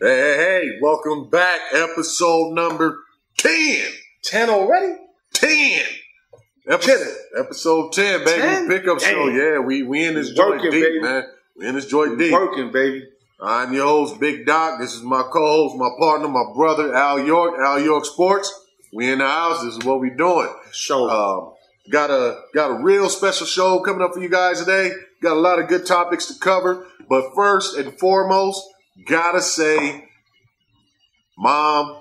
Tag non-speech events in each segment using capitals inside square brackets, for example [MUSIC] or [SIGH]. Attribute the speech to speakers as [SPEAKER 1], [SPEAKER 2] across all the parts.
[SPEAKER 1] Hey, hey, hey, welcome back. Episode number 10.
[SPEAKER 2] 10 already?
[SPEAKER 1] 10. Episode, episode 10, baby.
[SPEAKER 2] 10?
[SPEAKER 1] Pickup show.
[SPEAKER 2] Damn.
[SPEAKER 1] Yeah, we, we in this joint
[SPEAKER 2] Working,
[SPEAKER 1] deep,
[SPEAKER 2] baby.
[SPEAKER 1] man. We in this joint deep.
[SPEAKER 2] Working, baby.
[SPEAKER 1] I'm your host, Big Doc. This is my co-host, my partner, my brother, Al York, Al York Sports. We in the house. This is what we doing.
[SPEAKER 2] Show.
[SPEAKER 1] Um, got a got a real special show coming up for you guys today. Got a lot of good topics to cover, but first and foremost, gotta say, Mom,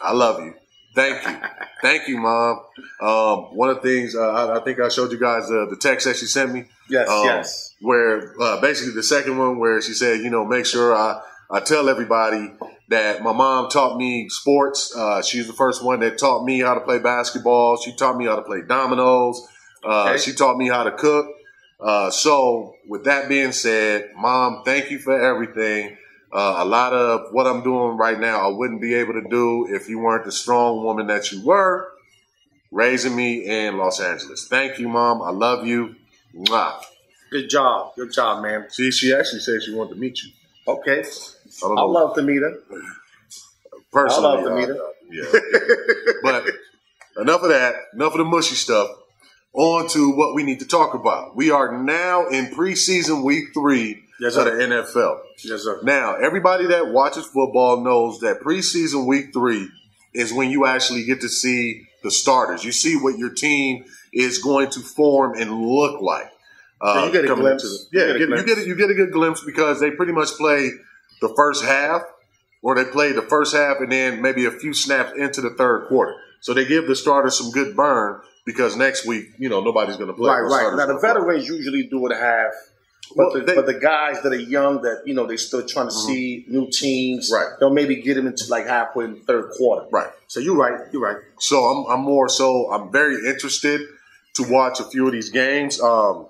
[SPEAKER 1] I love you. Thank you, thank you, Mom. Um, one of the things uh, I, I think I showed you guys uh, the text that she sent me
[SPEAKER 2] yes,
[SPEAKER 1] um,
[SPEAKER 2] yes.
[SPEAKER 1] where uh, basically the second one where she said, you know, make sure I, I tell everybody that my mom taught me sports. Uh, she was the first one that taught me how to play basketball. She taught me how to play dominoes. Uh,
[SPEAKER 2] Okay.
[SPEAKER 1] She taught me how to cook. Uh, so with that being said, mom, thank you for everything. Uh, a lot of what I'm doing right now, I wouldn't be able to do if you weren't the strong woman that you were raising me in Los Angeles. Thank you, mom. I love you. Mwah.
[SPEAKER 2] Good job. Good job, man.
[SPEAKER 1] She she actually said she wanted to meet you.
[SPEAKER 2] Okay.
[SPEAKER 1] I don't
[SPEAKER 2] I
[SPEAKER 1] know
[SPEAKER 2] love to meet her.
[SPEAKER 1] personally. uh,
[SPEAKER 2] I love to meet her.
[SPEAKER 1] Yeah. [LAUGHS]
[SPEAKER 2] [LAUGHS]
[SPEAKER 1] but enough of that. Enough of the mushy stuff. On to what we need to talk about. We are now in preseason week three
[SPEAKER 2] Yes,
[SPEAKER 1] of the
[SPEAKER 2] sir.
[SPEAKER 1] NFL.
[SPEAKER 2] Yes, sir.
[SPEAKER 1] Now, everybody that watches football knows that preseason week three is when you actually get to see the starters. You see what your team is going to form and look like. Uh,
[SPEAKER 2] So you get a
[SPEAKER 1] coming
[SPEAKER 2] glimpse.
[SPEAKER 1] into the- yeah,
[SPEAKER 2] You get a
[SPEAKER 1] you get, you, get a, you get a good glimpse because they pretty much play the first half, or they play the first half and then maybe a few snaps into the third quarter. So they give the starters some good burn because next week, you know, nobody's going to play.
[SPEAKER 2] Right,
[SPEAKER 1] No
[SPEAKER 2] right.
[SPEAKER 1] starters
[SPEAKER 2] Now, the
[SPEAKER 1] gonna play.
[SPEAKER 2] veterans usually do it half. But,
[SPEAKER 1] Well,
[SPEAKER 2] the,
[SPEAKER 1] they- Mm-hmm.
[SPEAKER 2] but the guys that are young, that you know, they still trying to see new teams.
[SPEAKER 1] Right.
[SPEAKER 2] They'll maybe get them into like halfway in the third quarter.
[SPEAKER 1] Right.
[SPEAKER 2] So you're right. You're right.
[SPEAKER 1] So I'm, I'm more so I'm very interested to watch a few of these games. Um,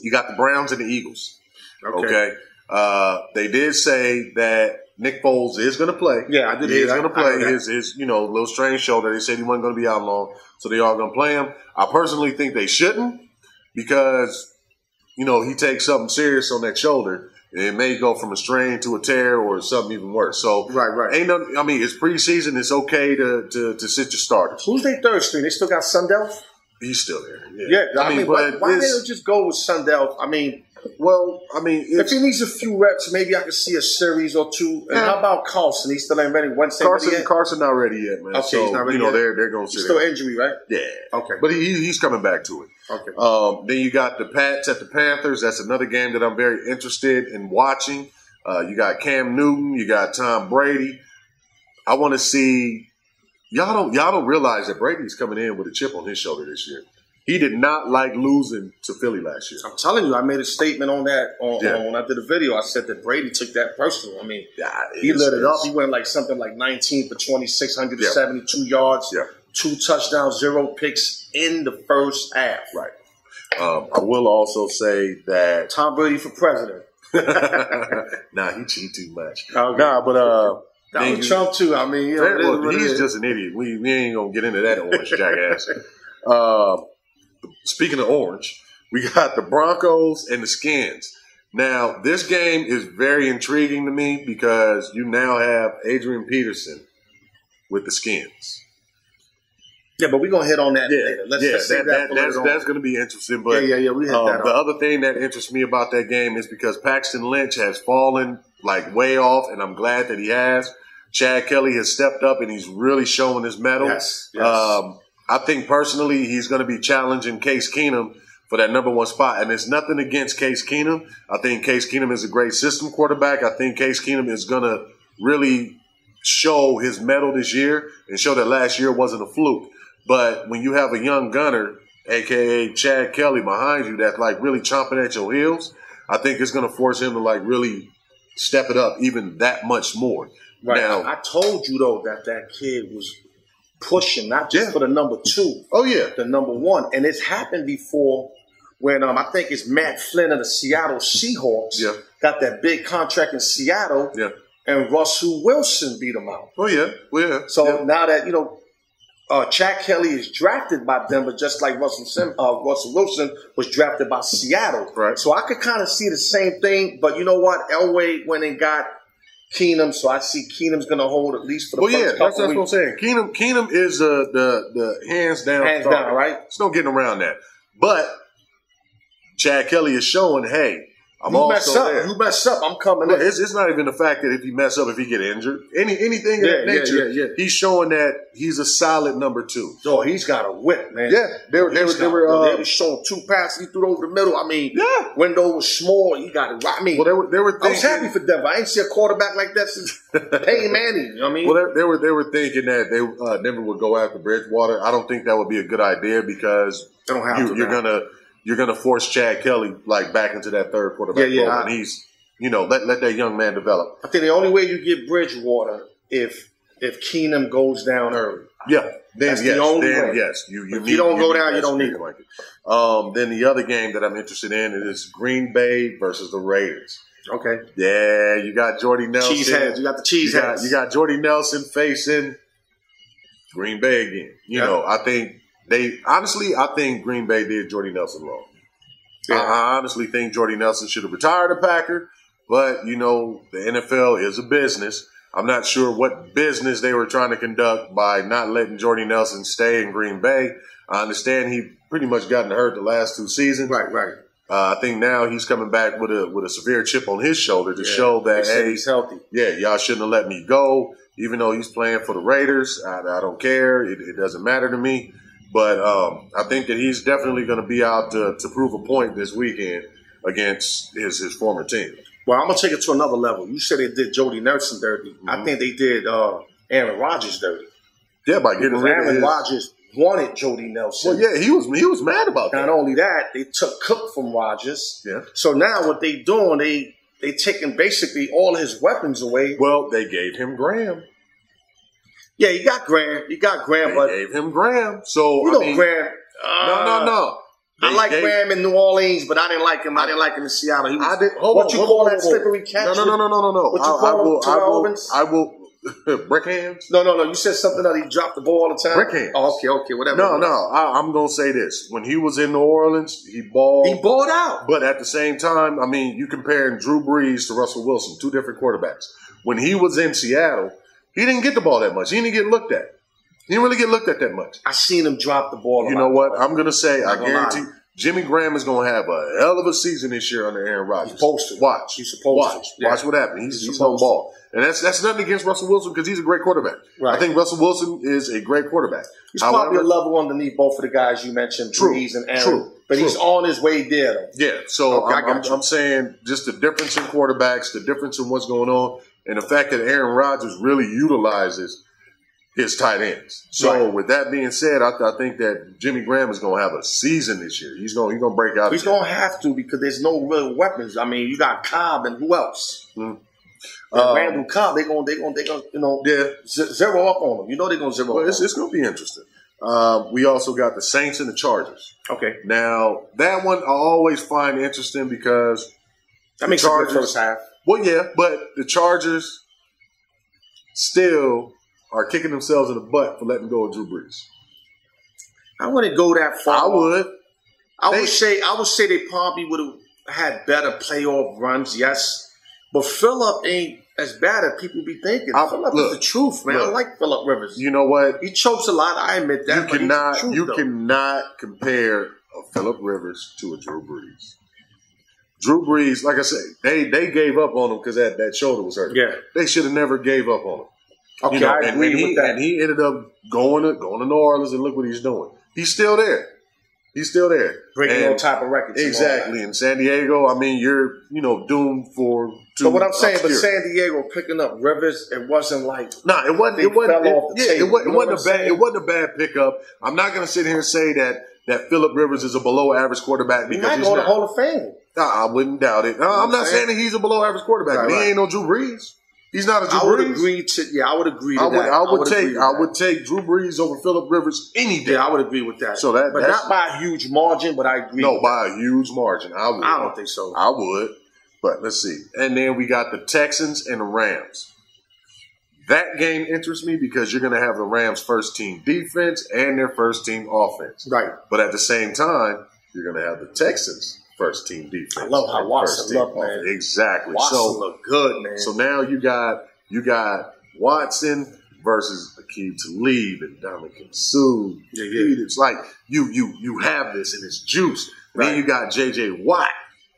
[SPEAKER 1] you got the Browns and the Eagles. Okay, Uh, they did say that Nick Foles is going to play.
[SPEAKER 2] Yeah, I did.
[SPEAKER 1] He's
[SPEAKER 2] hear that.
[SPEAKER 1] going to
[SPEAKER 2] I heard
[SPEAKER 1] play
[SPEAKER 2] that.
[SPEAKER 1] his, his you know little strained shoulder. They said he wasn't going to be out long, so they are going to play him. I personally think they shouldn't because you know he takes something serious on that shoulder. and It may go from a strain to a tear or something even worse. So
[SPEAKER 2] Right, right.
[SPEAKER 1] ain't nothing. I mean, it's preseason. It's okay to to, to sit your starters.
[SPEAKER 2] Who's they Thursday? They still got Sundell.
[SPEAKER 1] He's still there.
[SPEAKER 2] Yeah, I mean, why,
[SPEAKER 1] but
[SPEAKER 2] why they
[SPEAKER 1] this-
[SPEAKER 2] don't just go with Sundell? I mean,
[SPEAKER 1] well, I mean,
[SPEAKER 2] if
[SPEAKER 1] it's,
[SPEAKER 2] he needs a few reps, maybe I could see a series or two. And
[SPEAKER 1] Yeah.
[SPEAKER 2] how about Carlson? He still ain't ready. Wednesday,
[SPEAKER 1] Carson
[SPEAKER 2] ready yet?
[SPEAKER 1] Carson not ready yet, man.
[SPEAKER 2] Okay,
[SPEAKER 1] so,
[SPEAKER 2] he's not ready
[SPEAKER 1] You know,
[SPEAKER 2] yet.
[SPEAKER 1] they're they're gonna
[SPEAKER 2] He's
[SPEAKER 1] sit
[SPEAKER 2] still
[SPEAKER 1] him.
[SPEAKER 2] injury, right?
[SPEAKER 1] Yeah,
[SPEAKER 2] Okay,
[SPEAKER 1] but he, he- he's coming back to it.
[SPEAKER 2] okay.
[SPEAKER 1] Um, then you got the Pats at the Panthers. That's another game that I'm very interested in watching. Uh, you got Cam Newton. You got Tom Brady. I want to see y'all don't y'all don't realize that Brady's coming in with a chip on his shoulder this year. He did not like losing to Philly last year.
[SPEAKER 2] I'm telling you, I made a statement on that on,
[SPEAKER 1] Yeah.
[SPEAKER 2] on- when I did a video. I said that Brady took that personal. I mean,
[SPEAKER 1] Yeah,
[SPEAKER 2] he
[SPEAKER 1] it's-
[SPEAKER 2] lit it up.
[SPEAKER 1] it's-
[SPEAKER 2] He went like something like 19 for 26,
[SPEAKER 1] Yeah.
[SPEAKER 2] 172 yards,
[SPEAKER 1] Yeah.
[SPEAKER 2] two touchdowns, zero picks in the first half.
[SPEAKER 1] Right. Um, I will also say that [LAUGHS]
[SPEAKER 2] Tom Brady for president.
[SPEAKER 1] nah, he cheat too much.
[SPEAKER 2] Okay.
[SPEAKER 1] Nah, but uh,
[SPEAKER 2] Donald
[SPEAKER 1] Nigga.
[SPEAKER 2] Trump too. I mean, you know, it is
[SPEAKER 1] look,
[SPEAKER 2] what it
[SPEAKER 1] he's
[SPEAKER 2] is.
[SPEAKER 1] just an idiot. We, we ain't gonna get into that orange jackass. [LAUGHS] Uh, speaking of orange, we got the Broncos and the Skins. Now, this game is very intriguing to me because you now have Adrian Peterson with the Skins.
[SPEAKER 2] yeah, but we're gonna hit on that later. Let's,
[SPEAKER 1] yeah,
[SPEAKER 2] let's save
[SPEAKER 1] that, that,
[SPEAKER 2] that, for
[SPEAKER 1] that's,
[SPEAKER 2] later on.
[SPEAKER 1] that's going to be interesting. But
[SPEAKER 2] yeah, yeah, yeah. We hit
[SPEAKER 1] Um,
[SPEAKER 2] that.
[SPEAKER 1] the
[SPEAKER 2] up.
[SPEAKER 1] other thing that interests me about that game is because Paxton Lynch has fallen like way off, and I'm glad that he has. Chad Kelly has stepped up and he's really showing his medal.
[SPEAKER 2] Yes, yes.
[SPEAKER 1] Um, I think personally he's going to be challenging Case Keenum for that number one spot, and it's nothing against Case Keenum. I think Case Keenum is a great system quarterback. I think Case Keenum is going to really show his medal this year and show that last year wasn't a fluke. But when you have a young gunner, aka Chad Kelly, behind you that's like really chomping at your heels, I think it's going to force him to like really step it up even that much more.
[SPEAKER 2] right.
[SPEAKER 1] now-
[SPEAKER 2] I, I told you though that that kid was pushing not just
[SPEAKER 1] Yeah.
[SPEAKER 2] for the number two,
[SPEAKER 1] Oh yeah,
[SPEAKER 2] the number one, and it's happened before. When um, I think it's Matt Flynn of the Seattle Seahawks
[SPEAKER 1] Yeah.
[SPEAKER 2] got that big contract in Seattle,
[SPEAKER 1] Yeah.
[SPEAKER 2] and Russell Wilson beat him out.
[SPEAKER 1] oh yeah, oh yeah.
[SPEAKER 2] So now that you know, uh, Chad Kelly is drafted by Denver, just like Russell Sim, uh, Russell Wilson was drafted by Seattle.
[SPEAKER 1] Right.
[SPEAKER 2] So I could kind of see the same thing, but you know what? Elway went and got Keenum, so I see Keenum's going to hold at least for the
[SPEAKER 1] Well, yeah,
[SPEAKER 2] first
[SPEAKER 1] that's,
[SPEAKER 2] couple
[SPEAKER 1] that's what I'm
[SPEAKER 2] weeks.
[SPEAKER 1] saying. Keenum, Keenum is the the, the hands down
[SPEAKER 2] Hands
[SPEAKER 1] starter.
[SPEAKER 2] down, right?
[SPEAKER 1] There's no getting around that. But Chad Kelly is showing, hey, I'm
[SPEAKER 2] you mess
[SPEAKER 1] also
[SPEAKER 2] up.
[SPEAKER 1] there.
[SPEAKER 2] You mess up. I'm coming
[SPEAKER 1] Look,
[SPEAKER 2] in.
[SPEAKER 1] it's, it's not even the fact that if he mess up, if he get injured, any anything
[SPEAKER 2] Yeah,
[SPEAKER 1] of that
[SPEAKER 2] yeah,
[SPEAKER 1] nature,
[SPEAKER 2] yeah, yeah.
[SPEAKER 1] he's showing that he's a solid number two.
[SPEAKER 2] Oh, he's got a whip, man.
[SPEAKER 1] Yeah, they were they were,
[SPEAKER 2] He's
[SPEAKER 1] they
[SPEAKER 2] got-
[SPEAKER 1] were
[SPEAKER 2] they
[SPEAKER 1] uh,
[SPEAKER 2] were showing two passes. He threw it over the middle. I mean,
[SPEAKER 1] yeah.
[SPEAKER 2] window was small. He got it. right. I mean,
[SPEAKER 1] Well, they were they were
[SPEAKER 2] I was
[SPEAKER 1] thinking,
[SPEAKER 2] happy for Denver. I ain't see a quarterback like that
[SPEAKER 1] [LAUGHS]
[SPEAKER 2] since Peyton Manning. You know what I mean?
[SPEAKER 1] Well, they, they were they were thinking that they uh, Denver would go after Bridgewater. I don't think that would be a good idea because
[SPEAKER 2] they don't have
[SPEAKER 1] you,
[SPEAKER 2] to.
[SPEAKER 1] you're
[SPEAKER 2] now.
[SPEAKER 1] gonna you're gonna force Chad Kelly like back into that third quarterback
[SPEAKER 2] Yeah, yeah,
[SPEAKER 1] role,
[SPEAKER 2] I-
[SPEAKER 1] and he's you know let let that young man develop.
[SPEAKER 2] I think the only way you get Bridgewater if if Keenum goes down early.
[SPEAKER 1] Yeah, then
[SPEAKER 2] That's the
[SPEAKER 1] yes,
[SPEAKER 2] only
[SPEAKER 1] then
[SPEAKER 2] way.
[SPEAKER 1] yes, you you
[SPEAKER 2] If
[SPEAKER 1] need,
[SPEAKER 2] you don't go down,
[SPEAKER 1] that
[SPEAKER 2] you don't need
[SPEAKER 1] security blanket. Um, then the other game that I'm interested in is Green Bay versus the Raiders.
[SPEAKER 2] Okay.
[SPEAKER 1] Yeah, you got Jordy Nelson.
[SPEAKER 2] Cheese heads. You got the cheese
[SPEAKER 1] you
[SPEAKER 2] heads.
[SPEAKER 1] Got, you got Jordy Nelson facing Green Bay again. You
[SPEAKER 2] Yeah.
[SPEAKER 1] know, I think they honestly, I think Green Bay did Jordy Nelson wrong. I-
[SPEAKER 2] Yeah.
[SPEAKER 1] I, honestly think Jordy Nelson should have retired a Packer, but you know, the NFL is a business. I'm not sure what business they were trying to conduct by not letting Jordy Nelson stay in Green Bay. I understand he pretty much gotten hurt the last two seasons.
[SPEAKER 2] right, right.
[SPEAKER 1] Uh, I think now he's coming back with a with a severe chip on his shoulder to
[SPEAKER 2] Yeah.
[SPEAKER 1] show
[SPEAKER 2] They
[SPEAKER 1] that
[SPEAKER 2] said
[SPEAKER 1] hey,
[SPEAKER 2] he's healthy.
[SPEAKER 1] yeah, y'all shouldn't have let me go. Even though he's playing for the Raiders, I, I don't care. It, it doesn't matter to me. But um, I think that he's definitely going to be out to, to prove a point this weekend against his, his former team.
[SPEAKER 2] Well, I'm gonna take it to another level. You said they did Jody Nelson dirty. I
[SPEAKER 1] Mhm.
[SPEAKER 2] think they did uh, Aaron Rodgers dirty.
[SPEAKER 1] Yeah, by getting
[SPEAKER 2] Because
[SPEAKER 1] rid of
[SPEAKER 2] Aaron
[SPEAKER 1] his,
[SPEAKER 2] Rodgers wanted Jody Nelson.
[SPEAKER 1] Well, yeah, he was he was mad about
[SPEAKER 2] Not
[SPEAKER 1] that.
[SPEAKER 2] only that, they took Cook from Rodgers.
[SPEAKER 1] Yeah.
[SPEAKER 2] So now what they doing? They they taking basically all his weapons away.
[SPEAKER 1] Well, they gave him Graham.
[SPEAKER 2] Yeah, you got Graham. You got Graham,
[SPEAKER 1] They
[SPEAKER 2] but
[SPEAKER 1] gave him Graham. So
[SPEAKER 2] you
[SPEAKER 1] I
[SPEAKER 2] know
[SPEAKER 1] mean,
[SPEAKER 2] Graham.
[SPEAKER 1] No, no,
[SPEAKER 2] uh,
[SPEAKER 1] no.
[SPEAKER 2] I
[SPEAKER 1] They
[SPEAKER 2] like
[SPEAKER 1] gave-
[SPEAKER 2] Graham in New Orleans, but I didn't like him. I didn't like him in Seattle. He was,
[SPEAKER 1] I did. Hold
[SPEAKER 2] what
[SPEAKER 1] on,
[SPEAKER 2] you
[SPEAKER 1] hold
[SPEAKER 2] call
[SPEAKER 1] on, hold
[SPEAKER 2] that
[SPEAKER 1] on.
[SPEAKER 2] slippery catch?
[SPEAKER 1] No, no, no, no, no, no, no.
[SPEAKER 2] What you
[SPEAKER 1] I,
[SPEAKER 2] call
[SPEAKER 1] I
[SPEAKER 2] him,
[SPEAKER 1] will,
[SPEAKER 2] Terrell Owens?
[SPEAKER 1] I will. I will. [LAUGHS] Brick hands.
[SPEAKER 2] no, no, no. You said something that he dropped the ball all the time.
[SPEAKER 1] Brick hands.
[SPEAKER 2] Oh, okay, okay, whatever.
[SPEAKER 1] No, no. I, I'm gonna say this: when he was in New Orleans, he balled.
[SPEAKER 2] He balled out.
[SPEAKER 1] but at the same time, I mean, you comparing Drew Brees to Russell Wilson, two different quarterbacks. When he was in Seattle, he didn't get the ball that much. He didn't get looked at. He didn't really get looked at that much.
[SPEAKER 2] I seen him drop the ball. a
[SPEAKER 1] You
[SPEAKER 2] lot.
[SPEAKER 1] know what? I'm gonna say. I
[SPEAKER 2] Not gonna lie.
[SPEAKER 1] guarantee Jimmy Graham is gonna have a hell of a season this year under Aaron Rodgers.
[SPEAKER 2] He's supposed to.
[SPEAKER 1] watch.
[SPEAKER 2] He's supposed
[SPEAKER 1] watch.
[SPEAKER 2] to. Yeah.
[SPEAKER 1] Watch what happens. He's, he's
[SPEAKER 2] He's
[SPEAKER 1] on
[SPEAKER 2] supposed to.
[SPEAKER 1] ball, and that's that's nothing against Russell Wilson because he's a great quarterback.
[SPEAKER 2] Right.
[SPEAKER 1] I think Russell Wilson is a great quarterback.
[SPEAKER 2] He's
[SPEAKER 1] However-
[SPEAKER 2] probably a level underneath both of the guys you mentioned,
[SPEAKER 1] True,
[SPEAKER 2] Breeze and Aaron.
[SPEAKER 1] true,
[SPEAKER 2] but he's
[SPEAKER 1] true.
[SPEAKER 2] on his way there. Though.
[SPEAKER 1] Yeah, so
[SPEAKER 2] Okay, I
[SPEAKER 1] I'm,
[SPEAKER 2] got
[SPEAKER 1] I'm,
[SPEAKER 2] you.
[SPEAKER 1] I'm saying just the difference in quarterbacks, the difference in what's going on, and the fact that Aaron Rodgers really utilizes his tight ends. So
[SPEAKER 2] Right.
[SPEAKER 1] with that being said, I, I think that Jimmy Graham is going to have a season this year. He's going he's going to break out.
[SPEAKER 2] He's
[SPEAKER 1] again.
[SPEAKER 2] gonna have to because there's no real weapons. I mean, you got Cobb and who else?
[SPEAKER 1] Mm.
[SPEAKER 2] And
[SPEAKER 1] Um,
[SPEAKER 2] Randall Cobb. They gonna they gonna they gonna you know
[SPEAKER 1] yeah,
[SPEAKER 2] z- zero up on him. You know they gonna zero
[SPEAKER 1] well,
[SPEAKER 2] up.
[SPEAKER 1] it's,
[SPEAKER 2] On him.
[SPEAKER 1] it's going to be interesting. Um, we also got the Saints and the Chargers.
[SPEAKER 2] Okay,
[SPEAKER 1] Now that one I always find interesting because
[SPEAKER 2] that makes a good
[SPEAKER 1] Chargers-
[SPEAKER 2] first half.
[SPEAKER 1] Well, yeah, but the Chargers still are kicking themselves in the butt for letting go of Drew Brees.
[SPEAKER 2] I wouldn't go that far.
[SPEAKER 1] I would.
[SPEAKER 2] I
[SPEAKER 1] They-
[SPEAKER 2] would say I would say they probably would have had better playoff runs, yes. But Philip ain't as bad as people be thinking.
[SPEAKER 1] I-
[SPEAKER 2] Philip
[SPEAKER 1] look,
[SPEAKER 2] is the truth, man. I
[SPEAKER 1] look.
[SPEAKER 2] like Philip Rivers.
[SPEAKER 1] You know what?
[SPEAKER 2] he chokes a lot. I admit that.
[SPEAKER 1] you
[SPEAKER 2] but he's the
[SPEAKER 1] cannot.
[SPEAKER 2] truth,
[SPEAKER 1] you
[SPEAKER 2] though.
[SPEAKER 1] cannot compare a Philip Rivers to a Drew Brees. Drew Brees, like I say, they they gave up on him because that, that shoulder was hurting.
[SPEAKER 2] Yeah.
[SPEAKER 1] They should have never gave up on him.
[SPEAKER 2] Okay,
[SPEAKER 1] you know,
[SPEAKER 2] I
[SPEAKER 1] and,
[SPEAKER 2] agree
[SPEAKER 1] and he,
[SPEAKER 2] with that.
[SPEAKER 1] And he ended up going to going to New Orleans and look what he's doing. He's still there. He's still there.
[SPEAKER 2] Breaking
[SPEAKER 1] And-
[SPEAKER 2] all type of records. and all
[SPEAKER 1] Exactly. In San Diego, I mean, you're, you know, doomed for.
[SPEAKER 2] that. But what I'm saying, but
[SPEAKER 1] obscurity.
[SPEAKER 2] San Diego picking up Rivers, it wasn't like
[SPEAKER 1] Nah, it wasn't.
[SPEAKER 2] They
[SPEAKER 1] It wasn't.
[SPEAKER 2] fell
[SPEAKER 1] It,
[SPEAKER 2] off the
[SPEAKER 1] yeah,
[SPEAKER 2] table.
[SPEAKER 1] it, wasn't,
[SPEAKER 2] You
[SPEAKER 1] it wasn't
[SPEAKER 2] know what
[SPEAKER 1] a
[SPEAKER 2] I'm
[SPEAKER 1] bad.
[SPEAKER 2] saying?
[SPEAKER 1] It wasn't a bad pickup. I'm not going to sit here and say that that Philip Rivers is a below average quarterback
[SPEAKER 2] he
[SPEAKER 1] because
[SPEAKER 2] might
[SPEAKER 1] he's
[SPEAKER 2] go to
[SPEAKER 1] not.
[SPEAKER 2] Hall of Fame.
[SPEAKER 1] Nah, I wouldn't doubt it. Nah, I'm
[SPEAKER 2] what I'm
[SPEAKER 1] not
[SPEAKER 2] saying?
[SPEAKER 1] saying that he's a below average quarterback.
[SPEAKER 2] Right,
[SPEAKER 1] but
[SPEAKER 2] right.
[SPEAKER 1] He ain't no Drew Brees. He's not a Drew
[SPEAKER 2] I would
[SPEAKER 1] Brees.
[SPEAKER 2] agree to yeah, I would agree to
[SPEAKER 1] I would.
[SPEAKER 2] that.
[SPEAKER 1] I would
[SPEAKER 2] agree
[SPEAKER 1] take.
[SPEAKER 2] with
[SPEAKER 1] I
[SPEAKER 2] that.
[SPEAKER 1] would take Drew Brees over Philip Rivers any day.
[SPEAKER 2] yeah, I would agree with that.
[SPEAKER 1] So that-
[SPEAKER 2] but
[SPEAKER 1] that's-
[SPEAKER 2] not by a huge margin, but I agree.
[SPEAKER 1] no,
[SPEAKER 2] with that.
[SPEAKER 1] by a huge margin. I would.
[SPEAKER 2] I don't think so.
[SPEAKER 1] I would, but let's see. And then we got the Texans and the Rams. That game interests me because you're going to have the Rams' first team defense and their first team offense.
[SPEAKER 2] Right.
[SPEAKER 1] But at the same time, you're going to have the Texans first team defense.
[SPEAKER 2] I love how
[SPEAKER 1] Like,
[SPEAKER 2] Watson
[SPEAKER 1] first team
[SPEAKER 2] looked, man.
[SPEAKER 1] offense. Exactly.
[SPEAKER 2] Watson
[SPEAKER 1] so
[SPEAKER 2] look good, man.
[SPEAKER 1] so now you got you got Watson versus Akeem Talib and Dominican Sue.
[SPEAKER 2] Yeah, yeah.
[SPEAKER 1] It's like you you you have this and it's juice. And Then
[SPEAKER 2] Right.
[SPEAKER 1] you got JJ Watt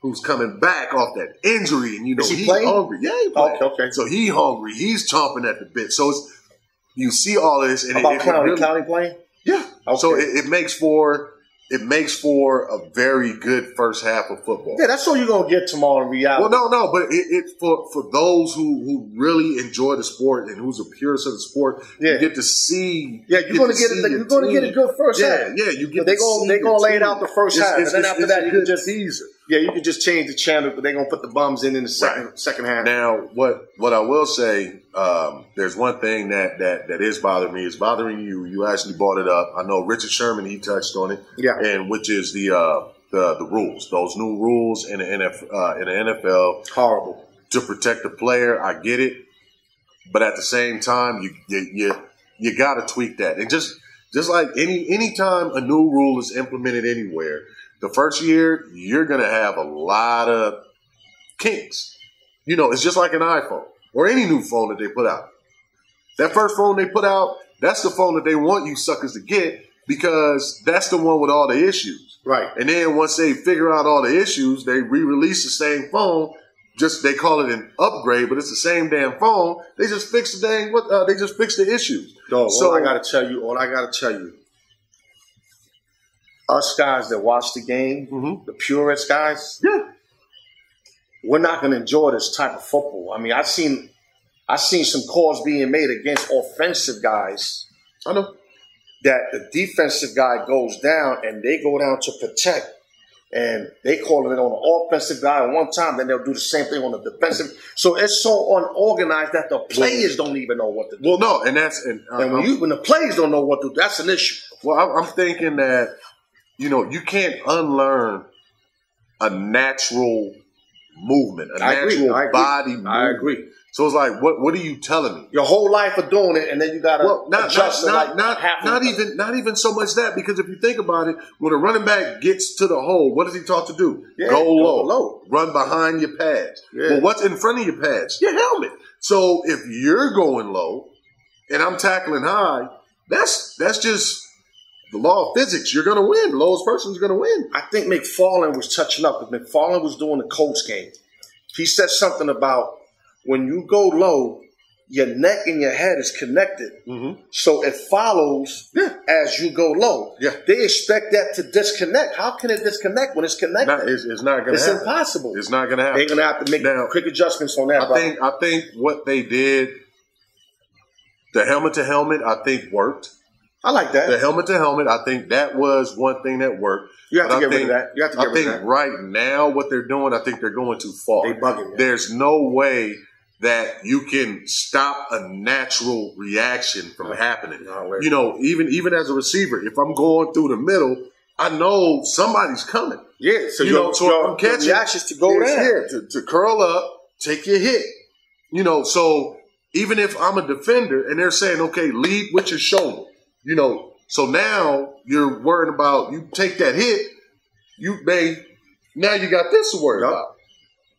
[SPEAKER 1] who's coming back off that injury and you know
[SPEAKER 2] Is he
[SPEAKER 1] he's
[SPEAKER 2] playing?
[SPEAKER 1] hungry. Yeah, he playing.
[SPEAKER 2] okay, okay.
[SPEAKER 1] Oh, So he hungry. He's chomping at the bit. So it's you see all of this and
[SPEAKER 2] How
[SPEAKER 1] it,
[SPEAKER 2] about
[SPEAKER 1] it
[SPEAKER 2] Clowney?
[SPEAKER 1] really-
[SPEAKER 2] Clowney playing?
[SPEAKER 1] yeah.
[SPEAKER 2] Okay.
[SPEAKER 1] So it, it makes for it makes for a very good first half of football.
[SPEAKER 2] yeah, that's all you're gonna get tomorrow in reality.
[SPEAKER 1] Well, no, no, but it, it for for those who who really enjoy the sport and who's a purist of the sport,
[SPEAKER 2] Yeah.
[SPEAKER 1] you get to see.
[SPEAKER 2] yeah, you're gonna get it. You're gonna get a good first
[SPEAKER 1] yeah,
[SPEAKER 2] half.
[SPEAKER 1] yeah, you get.
[SPEAKER 2] But they
[SPEAKER 1] to
[SPEAKER 2] gonna-
[SPEAKER 1] see
[SPEAKER 2] they
[SPEAKER 1] your
[SPEAKER 2] gonna lay it
[SPEAKER 1] team.
[SPEAKER 2] out the first
[SPEAKER 1] It's-
[SPEAKER 2] half, and
[SPEAKER 1] it's-
[SPEAKER 2] then
[SPEAKER 1] it's-
[SPEAKER 2] after
[SPEAKER 1] it's
[SPEAKER 2] that,
[SPEAKER 1] a
[SPEAKER 2] you
[SPEAKER 1] good
[SPEAKER 2] just-
[SPEAKER 1] season.
[SPEAKER 2] Yeah, you can just change the channel, but they're gonna put the bums in in the second second half.
[SPEAKER 1] Now, what what I will say, um, there's one thing that that that is bothering me. It's bothering you. You actually brought it up. I know Richard Sherman. He touched on it,
[SPEAKER 2] yeah,
[SPEAKER 1] and which is the uh, the the rules. Those new rules in the NFL, uh, in the NFL
[SPEAKER 2] horrible.
[SPEAKER 1] to protect the player. I get it, but at the same time, you you you, you got to tweak that. And just just like any any time a new rule is implemented anywhere, the first year you're gonna have a lot of kinks. You know, it's just like an iPhone or any new phone that they put out. That first phone they put out, that's the phone that they want you suckers to get because that's the one with all the issues.
[SPEAKER 2] Right.
[SPEAKER 1] And then once they figure out all the issues, they re-release the same phone. Just they call it an upgrade, but it's the same damn phone. They just fix the dang what uh, they just fix the issues.
[SPEAKER 2] Dog,
[SPEAKER 1] So-
[SPEAKER 2] all I gotta tell you, all I gotta tell you, us guys that watch the game,
[SPEAKER 1] Mm-hmm.
[SPEAKER 2] the purist guys,
[SPEAKER 1] Yeah,
[SPEAKER 2] we're not gonna enjoy this type of football. I mean, I've seen, I've seen some calls being made against offensive guys
[SPEAKER 1] I know.
[SPEAKER 2] that the defensive guy goes down and they go down to protect. And they call it on the offensive guy at one time, then they'll do the same thing on the defensive. So it's so unorganized that the players don't even know what to do.
[SPEAKER 1] Well, no, and that's and, uh,
[SPEAKER 2] And when you when the players don't know what to do, that's an issue.
[SPEAKER 1] well, I'm, I'm thinking that you know you can't unlearn a natural movement, a
[SPEAKER 2] I agree.
[SPEAKER 1] natural
[SPEAKER 2] I agree.
[SPEAKER 1] body movement.
[SPEAKER 2] I agree.
[SPEAKER 1] So it's like, what what are you telling me?
[SPEAKER 2] Your whole life of doing it, and then you gotta
[SPEAKER 1] Well, not not
[SPEAKER 2] uh, adjust to,
[SPEAKER 1] not,
[SPEAKER 2] like,
[SPEAKER 1] not,
[SPEAKER 2] half of
[SPEAKER 1] not
[SPEAKER 2] it.
[SPEAKER 1] even not even so much that because if you think about it, when a running back gets to the hole, what is he taught to do?
[SPEAKER 2] Yeah,
[SPEAKER 1] go,
[SPEAKER 2] go
[SPEAKER 1] low,
[SPEAKER 2] low.
[SPEAKER 1] run behind your pads.
[SPEAKER 2] Yeah.
[SPEAKER 1] Well, what's in front of your pads? Your helmet. So if you're going low and I'm tackling high, that's that's just the law of physics. You're going to win. The lowest person's going to win.
[SPEAKER 2] I think McFarland was touching up because McFarland was doing the Colts game. He said something about when you go low, your neck and your head is connected.
[SPEAKER 1] Mm-hmm.
[SPEAKER 2] So it follows
[SPEAKER 1] Yeah.
[SPEAKER 2] as you go low.
[SPEAKER 1] Yeah.
[SPEAKER 2] They expect that to disconnect. How can it disconnect when it's connected?
[SPEAKER 1] Not, it's, it's not going to
[SPEAKER 2] it's
[SPEAKER 1] happen.
[SPEAKER 2] impossible.
[SPEAKER 1] It's not going to happen.
[SPEAKER 2] They're gonna have to make
[SPEAKER 1] Now,
[SPEAKER 2] quick adjustments on that.
[SPEAKER 1] I
[SPEAKER 2] bro.
[SPEAKER 1] think I think what they did, the helmet to helmet, I think worked.
[SPEAKER 2] I like that.
[SPEAKER 1] The helmet to helmet, I think that was one thing that worked.
[SPEAKER 2] You have
[SPEAKER 1] But
[SPEAKER 2] to
[SPEAKER 1] I
[SPEAKER 2] get rid of
[SPEAKER 1] think-
[SPEAKER 2] that. You have to get
[SPEAKER 1] I
[SPEAKER 2] rid
[SPEAKER 1] think
[SPEAKER 2] of that.
[SPEAKER 1] right now what they're doing, I think they're going too far.
[SPEAKER 2] They bugging. Yeah.
[SPEAKER 1] There's no way that you can stop a natural reaction from
[SPEAKER 2] No.
[SPEAKER 1] happening.
[SPEAKER 2] No way.
[SPEAKER 1] You know, even even as a receiver, if I'm going through the middle, I know somebody's coming.
[SPEAKER 2] Yeah, so
[SPEAKER 1] you
[SPEAKER 2] your-
[SPEAKER 1] know, so
[SPEAKER 2] your-
[SPEAKER 1] I'm catching-
[SPEAKER 2] your reactions to go
[SPEAKER 1] It's
[SPEAKER 2] down.
[SPEAKER 1] here to, to curl up, take your hit. You know, so even if I'm a defender and they're saying, okay, lead with your shoulder, you know, so now you're worrying about you take that hit, you may now you got this to worry
[SPEAKER 2] Yup.
[SPEAKER 1] about.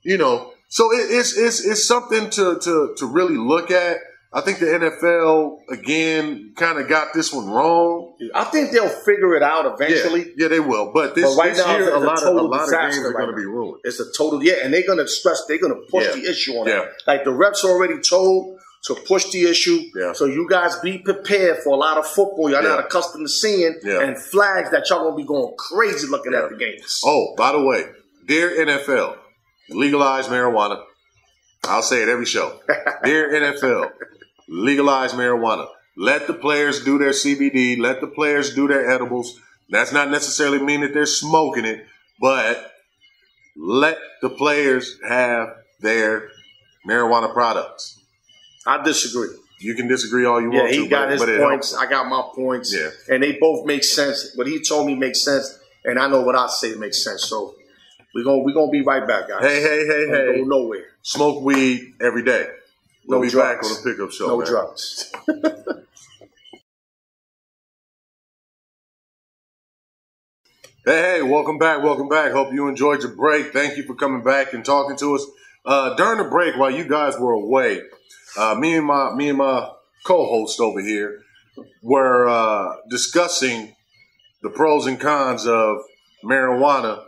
[SPEAKER 1] You know, so it, it's it's it's something to to to really look at. I think the NFL again kind of got this one wrong.
[SPEAKER 2] I think they'll figure it out eventually.
[SPEAKER 1] yeah, yeah, they will. But this,
[SPEAKER 2] But right
[SPEAKER 1] this
[SPEAKER 2] now,
[SPEAKER 1] year,
[SPEAKER 2] it's
[SPEAKER 1] a
[SPEAKER 2] a
[SPEAKER 1] lot of a
[SPEAKER 2] total
[SPEAKER 1] lot of
[SPEAKER 2] disaster
[SPEAKER 1] games are
[SPEAKER 2] right
[SPEAKER 1] going to
[SPEAKER 2] now.
[SPEAKER 1] be ruined.
[SPEAKER 2] It's a total yeah, and they're gonna stress. They're gonna push
[SPEAKER 1] Yeah.
[SPEAKER 2] the issue on
[SPEAKER 1] Yeah.
[SPEAKER 2] it. Like the refs already told to push the issue.
[SPEAKER 1] Yeah.
[SPEAKER 2] So you guys be prepared for a lot of football y'all
[SPEAKER 1] Yeah.
[SPEAKER 2] not accustomed to seeing
[SPEAKER 1] Yeah.
[SPEAKER 2] and flags that y'all gonna be going crazy looking
[SPEAKER 1] Yeah.
[SPEAKER 2] at the games.
[SPEAKER 1] Oh, by the way, dear NFL, legalize marijuana. I'll say it every
[SPEAKER 2] [LAUGHS]
[SPEAKER 1] show. Dear NFL, legalize marijuana. Let the players do their CBD. Let the players do their edibles. That's not necessarily mean that they're smoking it, but let the players have their marijuana products.
[SPEAKER 2] I disagree.
[SPEAKER 1] You can disagree all you
[SPEAKER 2] Yeah,
[SPEAKER 1] want
[SPEAKER 2] he
[SPEAKER 1] to,
[SPEAKER 2] got
[SPEAKER 1] but,
[SPEAKER 2] his
[SPEAKER 1] but it
[SPEAKER 2] points.
[SPEAKER 1] helps.
[SPEAKER 2] I got my points.
[SPEAKER 1] Yeah.
[SPEAKER 2] And they both make sense. What he told me makes sense, and I know what I say makes sense. So we're gonna we're gonna be right back, guys.
[SPEAKER 1] Hey, hey, hey,
[SPEAKER 2] Don't go
[SPEAKER 1] hey!
[SPEAKER 2] nowhere.
[SPEAKER 1] Smoke weed every day. We'll
[SPEAKER 2] No
[SPEAKER 1] be back on
[SPEAKER 2] drugs.
[SPEAKER 1] the pickup show.
[SPEAKER 2] No
[SPEAKER 1] man.
[SPEAKER 2] drugs.
[SPEAKER 1] Hey, hey, welcome back. Welcome back. Hope you enjoyed your break. Thank you for coming back and talking to us. Uh, during the break, while you guys were away, uh, me and my me and my co-host over here were uh, discussing the pros and cons of marijuana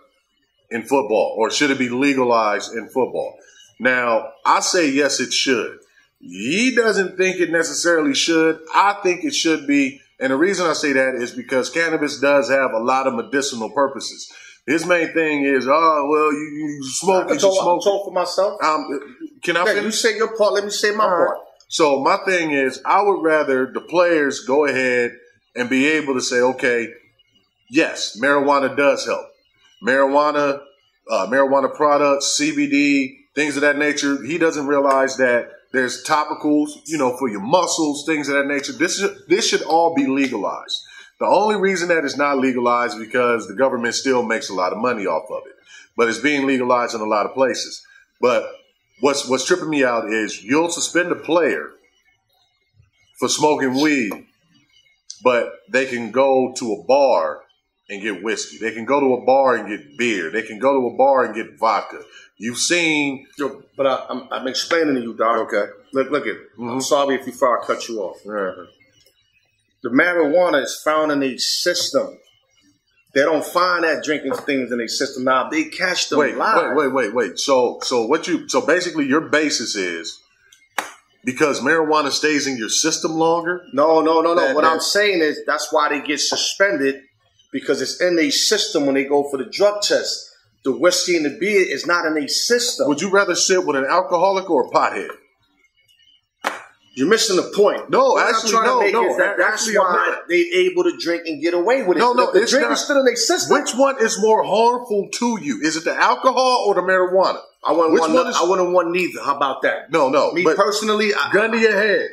[SPEAKER 1] in football, or should it be legalized in football? Now, I say yes, it should. He doesn't think it necessarily should. I think it should be. And the reason I say that is because cannabis does have a lot of medicinal purposes. His main thing is, oh, well, you, you
[SPEAKER 2] I
[SPEAKER 1] smoke
[SPEAKER 2] can
[SPEAKER 1] it, you
[SPEAKER 2] talk, I
[SPEAKER 1] smoke
[SPEAKER 2] can
[SPEAKER 1] it.
[SPEAKER 2] talk for myself.
[SPEAKER 1] Um, can I
[SPEAKER 2] Now,
[SPEAKER 1] finish?
[SPEAKER 2] you say your part. Let me say my
[SPEAKER 1] All right.
[SPEAKER 2] part.
[SPEAKER 1] So my thing is, I would rather the players go ahead and be able to say, okay, yes, marijuana does help. Marijuana, uh, marijuana products, CBD, things of that nature. He doesn't realize that there's topicals, you know, for your muscles, things of that nature. This is, this should all be legalized. The only reason that it's not legalized is because the government still makes a lot of money off of it, but it's being legalized in a lot of places. But what's what's tripping me out is you'll suspend a player for smoking weed, but they can go to a bar and get whiskey. They can go to a bar and get beer. They can go to a bar and get vodka. You've seen
[SPEAKER 2] Yo, but I, I'm, I'm explaining to you, Doc.
[SPEAKER 1] okay. Mm-hmm.
[SPEAKER 2] Look, look it. I'm sorry if you far I cut you off.
[SPEAKER 1] Uh-huh.
[SPEAKER 2] The marijuana is found in a system. They don't find that drinking things in a system. Now they catch them
[SPEAKER 1] Wait,
[SPEAKER 2] live.
[SPEAKER 1] wait, wait, wait, wait. So, so what you? So basically, your basis is because marijuana stays in your system longer.
[SPEAKER 2] No, no, no, no.
[SPEAKER 1] That-
[SPEAKER 2] what
[SPEAKER 1] that-
[SPEAKER 2] I'm saying is that's why they get suspended because it's in a system when they go for the drug test. The whiskey and the beer is not in a system.
[SPEAKER 1] Would you rather sit with an alcoholic or a pothead?
[SPEAKER 2] You're missing the point.
[SPEAKER 1] No,
[SPEAKER 2] What I'm
[SPEAKER 1] actually,
[SPEAKER 2] trying to
[SPEAKER 1] no,
[SPEAKER 2] make
[SPEAKER 1] no,
[SPEAKER 2] is that
[SPEAKER 1] a-
[SPEAKER 2] that's
[SPEAKER 1] actually, I'm
[SPEAKER 2] why
[SPEAKER 1] not.
[SPEAKER 2] they able to drink and get away with it.
[SPEAKER 1] No,
[SPEAKER 2] But
[SPEAKER 1] no,
[SPEAKER 2] if the
[SPEAKER 1] it's
[SPEAKER 2] drink
[SPEAKER 1] not-
[SPEAKER 2] is still in a system.
[SPEAKER 1] Which one is more harmful to you? Is it the alcohol or the marijuana?
[SPEAKER 2] I wouldn't
[SPEAKER 1] which
[SPEAKER 2] want.
[SPEAKER 1] one
[SPEAKER 2] no-
[SPEAKER 1] is-
[SPEAKER 2] I wouldn't want neither. How about that?
[SPEAKER 1] No, no.
[SPEAKER 2] Me
[SPEAKER 1] but
[SPEAKER 2] personally, I,
[SPEAKER 1] gun to your head.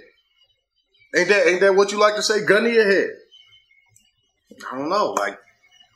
[SPEAKER 1] Ain't that ain't that what you like to say? Gun to your head.
[SPEAKER 2] I don't know. Like,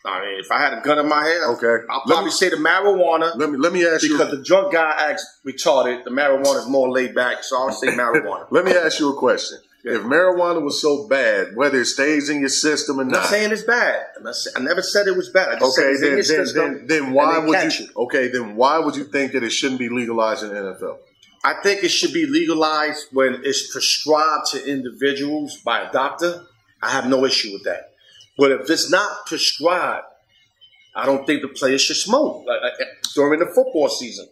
[SPEAKER 2] I mean, if I had a gun in my head,
[SPEAKER 1] Okay.
[SPEAKER 2] I'll
[SPEAKER 1] Let
[SPEAKER 2] probably
[SPEAKER 1] me-
[SPEAKER 2] say the marijuana
[SPEAKER 1] Let me let me ask
[SPEAKER 2] because
[SPEAKER 1] you.
[SPEAKER 2] the drunk guy acts retarded. The marijuana is more laid back, so I'll
[SPEAKER 1] [LAUGHS]
[SPEAKER 2] say marijuana.
[SPEAKER 1] Let me ask you a question. If marijuana was so bad, whether it stays in your system or
[SPEAKER 2] I'm not
[SPEAKER 1] not,
[SPEAKER 2] saying it's bad. I'm not sa- I never said it was bad. I just said
[SPEAKER 1] okay,
[SPEAKER 2] it's in
[SPEAKER 1] then
[SPEAKER 2] your
[SPEAKER 1] then,
[SPEAKER 2] system.
[SPEAKER 1] then then
[SPEAKER 2] and
[SPEAKER 1] why
[SPEAKER 2] they
[SPEAKER 1] would
[SPEAKER 2] catch
[SPEAKER 1] you? Okay, then why would you think that it shouldn't be legalized in the NFL?
[SPEAKER 2] I think it should be legalized when it's prescribed to individuals by a doctor. I have no issue with that. But if it's not prescribed, I don't think the players should smoke like, like, during the football season.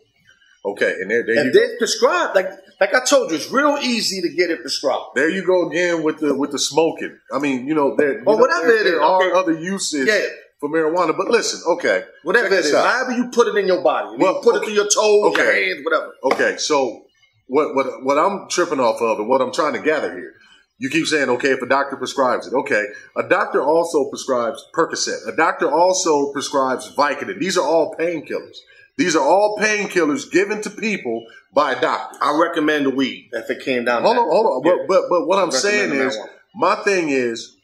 [SPEAKER 1] Okay, and there, there you
[SPEAKER 2] If
[SPEAKER 1] go.
[SPEAKER 2] they're prescribed, like like I told you, it's real easy to get it prescribed.
[SPEAKER 1] There you go again with the with the smoking. I mean, you know, there, you
[SPEAKER 2] Well,
[SPEAKER 1] know,
[SPEAKER 2] whatever
[SPEAKER 1] there,
[SPEAKER 2] it
[SPEAKER 1] there
[SPEAKER 2] is,
[SPEAKER 1] are
[SPEAKER 2] okay.
[SPEAKER 1] other uses
[SPEAKER 2] Yeah.
[SPEAKER 1] for marijuana. But listen, okay,
[SPEAKER 2] Whatever
[SPEAKER 1] check
[SPEAKER 2] it
[SPEAKER 1] this
[SPEAKER 2] is,
[SPEAKER 1] out.
[SPEAKER 2] however you put it in your body,
[SPEAKER 1] Well,
[SPEAKER 2] you
[SPEAKER 1] okay.
[SPEAKER 2] put it through your toes,
[SPEAKER 1] Okay.
[SPEAKER 2] your hands, whatever.
[SPEAKER 1] Okay, so what what what I'm tripping off of and what I'm trying to gather here, you keep saying, okay, if a doctor prescribes it, okay, a doctor also prescribes Percocet, a doctor also prescribes Vicodin. These are all painkillers. These are all painkillers given to people by a doctor.
[SPEAKER 2] I recommend the weed if it came down. to
[SPEAKER 1] Hold
[SPEAKER 2] that.
[SPEAKER 1] on, hold on.
[SPEAKER 2] Yeah.
[SPEAKER 1] But but, but what I'm
[SPEAKER 2] Recommend
[SPEAKER 1] saying
[SPEAKER 2] the
[SPEAKER 1] is,
[SPEAKER 2] marijuana.
[SPEAKER 1] my thing is,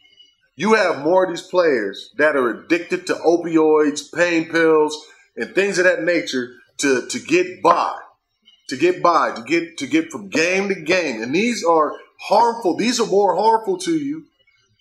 [SPEAKER 1] you have more of these players that are addicted to opioids, pain pills, and things of that nature to to get by, to get by, to get to get from game to game, and these are harmful. These are more harmful to you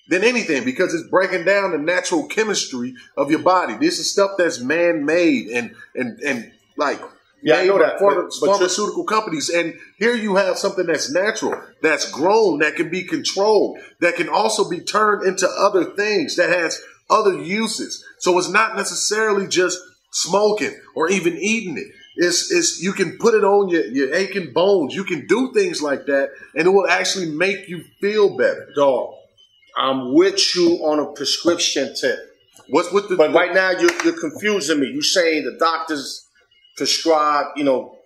[SPEAKER 1] than anything because it's breaking down the natural chemistry of your body. This is stuff that's man made and and and like
[SPEAKER 2] Yeah, I
[SPEAKER 1] made
[SPEAKER 2] know
[SPEAKER 1] by
[SPEAKER 2] that,
[SPEAKER 1] pharma-
[SPEAKER 2] but- but you're-
[SPEAKER 1] pharmaceutical companies. And here you have something that's natural, that's grown, that can be controlled, that can also be turned into other things, that has other uses. So it's not necessarily just smoking or even eating it. It's, it's you can put it on your, your aching bones. You can do things like that, and it will actually make you feel better.
[SPEAKER 2] dog. I'm with you on a prescription tip.
[SPEAKER 1] What's with the
[SPEAKER 2] But right now, you're, you're confusing me. You're saying the doctors prescribe, you know,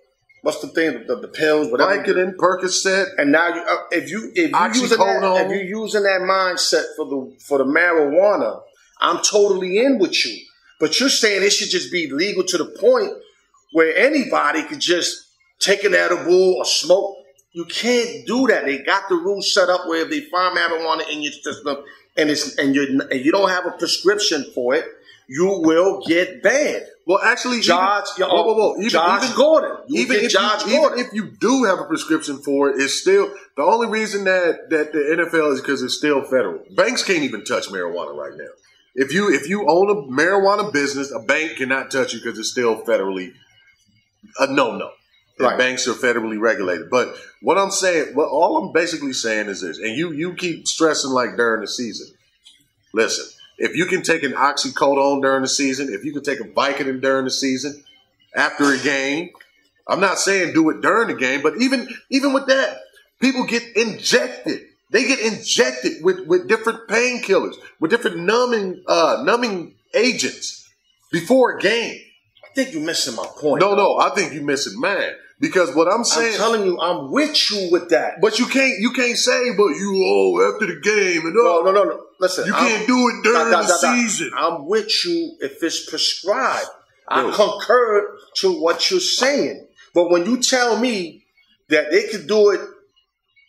[SPEAKER 2] what's the thing, the, the pills, whatever.
[SPEAKER 1] Vicodin, Percocet.
[SPEAKER 2] And now, you, uh, if you if you
[SPEAKER 1] Oxycodone.
[SPEAKER 2] using that, if you're using that mindset for the for the marijuana, I'm totally in with you. But you're saying it should just be legal to the point where anybody could just take an edible or smoke. You can't do that. They got the rules set up where if they find marijuana in your system and it's and you and you don't have a prescription for it, you will get banned.
[SPEAKER 1] Well, actually,
[SPEAKER 2] Josh,
[SPEAKER 1] even, whoa, whoa, whoa. Even,
[SPEAKER 2] Josh
[SPEAKER 1] even,
[SPEAKER 2] Gordon, you
[SPEAKER 1] even
[SPEAKER 2] get
[SPEAKER 1] if
[SPEAKER 2] Josh
[SPEAKER 1] you,
[SPEAKER 2] Gordon.
[SPEAKER 1] even if you do have a prescription for it, it's still the only reason that that the NFL is because it's still federal. Banks can't even touch marijuana right now. If you if you own a marijuana business, a bank cannot touch you because it's still federally a no no.
[SPEAKER 2] Right.
[SPEAKER 1] Banks are federally regulated. But what I'm saying, well, all I'm basically saying is this, and you you keep stressing like during the season. Listen, if you can take an oxycodone during the season, if you can take a Vicodin during the season, after a game, I'm not saying do it during the game, but even even with that, people get injected. They get injected with with different painkillers, with different numbing uh, numbing agents before a game.
[SPEAKER 2] I think you're missing my point.
[SPEAKER 1] No, no, I think you're missing mine because what I'm
[SPEAKER 2] I'm
[SPEAKER 1] saying,
[SPEAKER 2] telling you, I'm with you with that.
[SPEAKER 1] but you can't you can't say, but you oh after the game and
[SPEAKER 2] No,
[SPEAKER 1] oh
[SPEAKER 2] no, no, no. Listen,
[SPEAKER 1] you
[SPEAKER 2] I'm-
[SPEAKER 1] can't do it
[SPEAKER 2] Doc,
[SPEAKER 1] during
[SPEAKER 2] doc,
[SPEAKER 1] the
[SPEAKER 2] doc, doc.
[SPEAKER 1] season.
[SPEAKER 2] I'm with you if it's prescribed. I
[SPEAKER 1] Yo.
[SPEAKER 2] concur to what you're saying. But when you tell me that they could do it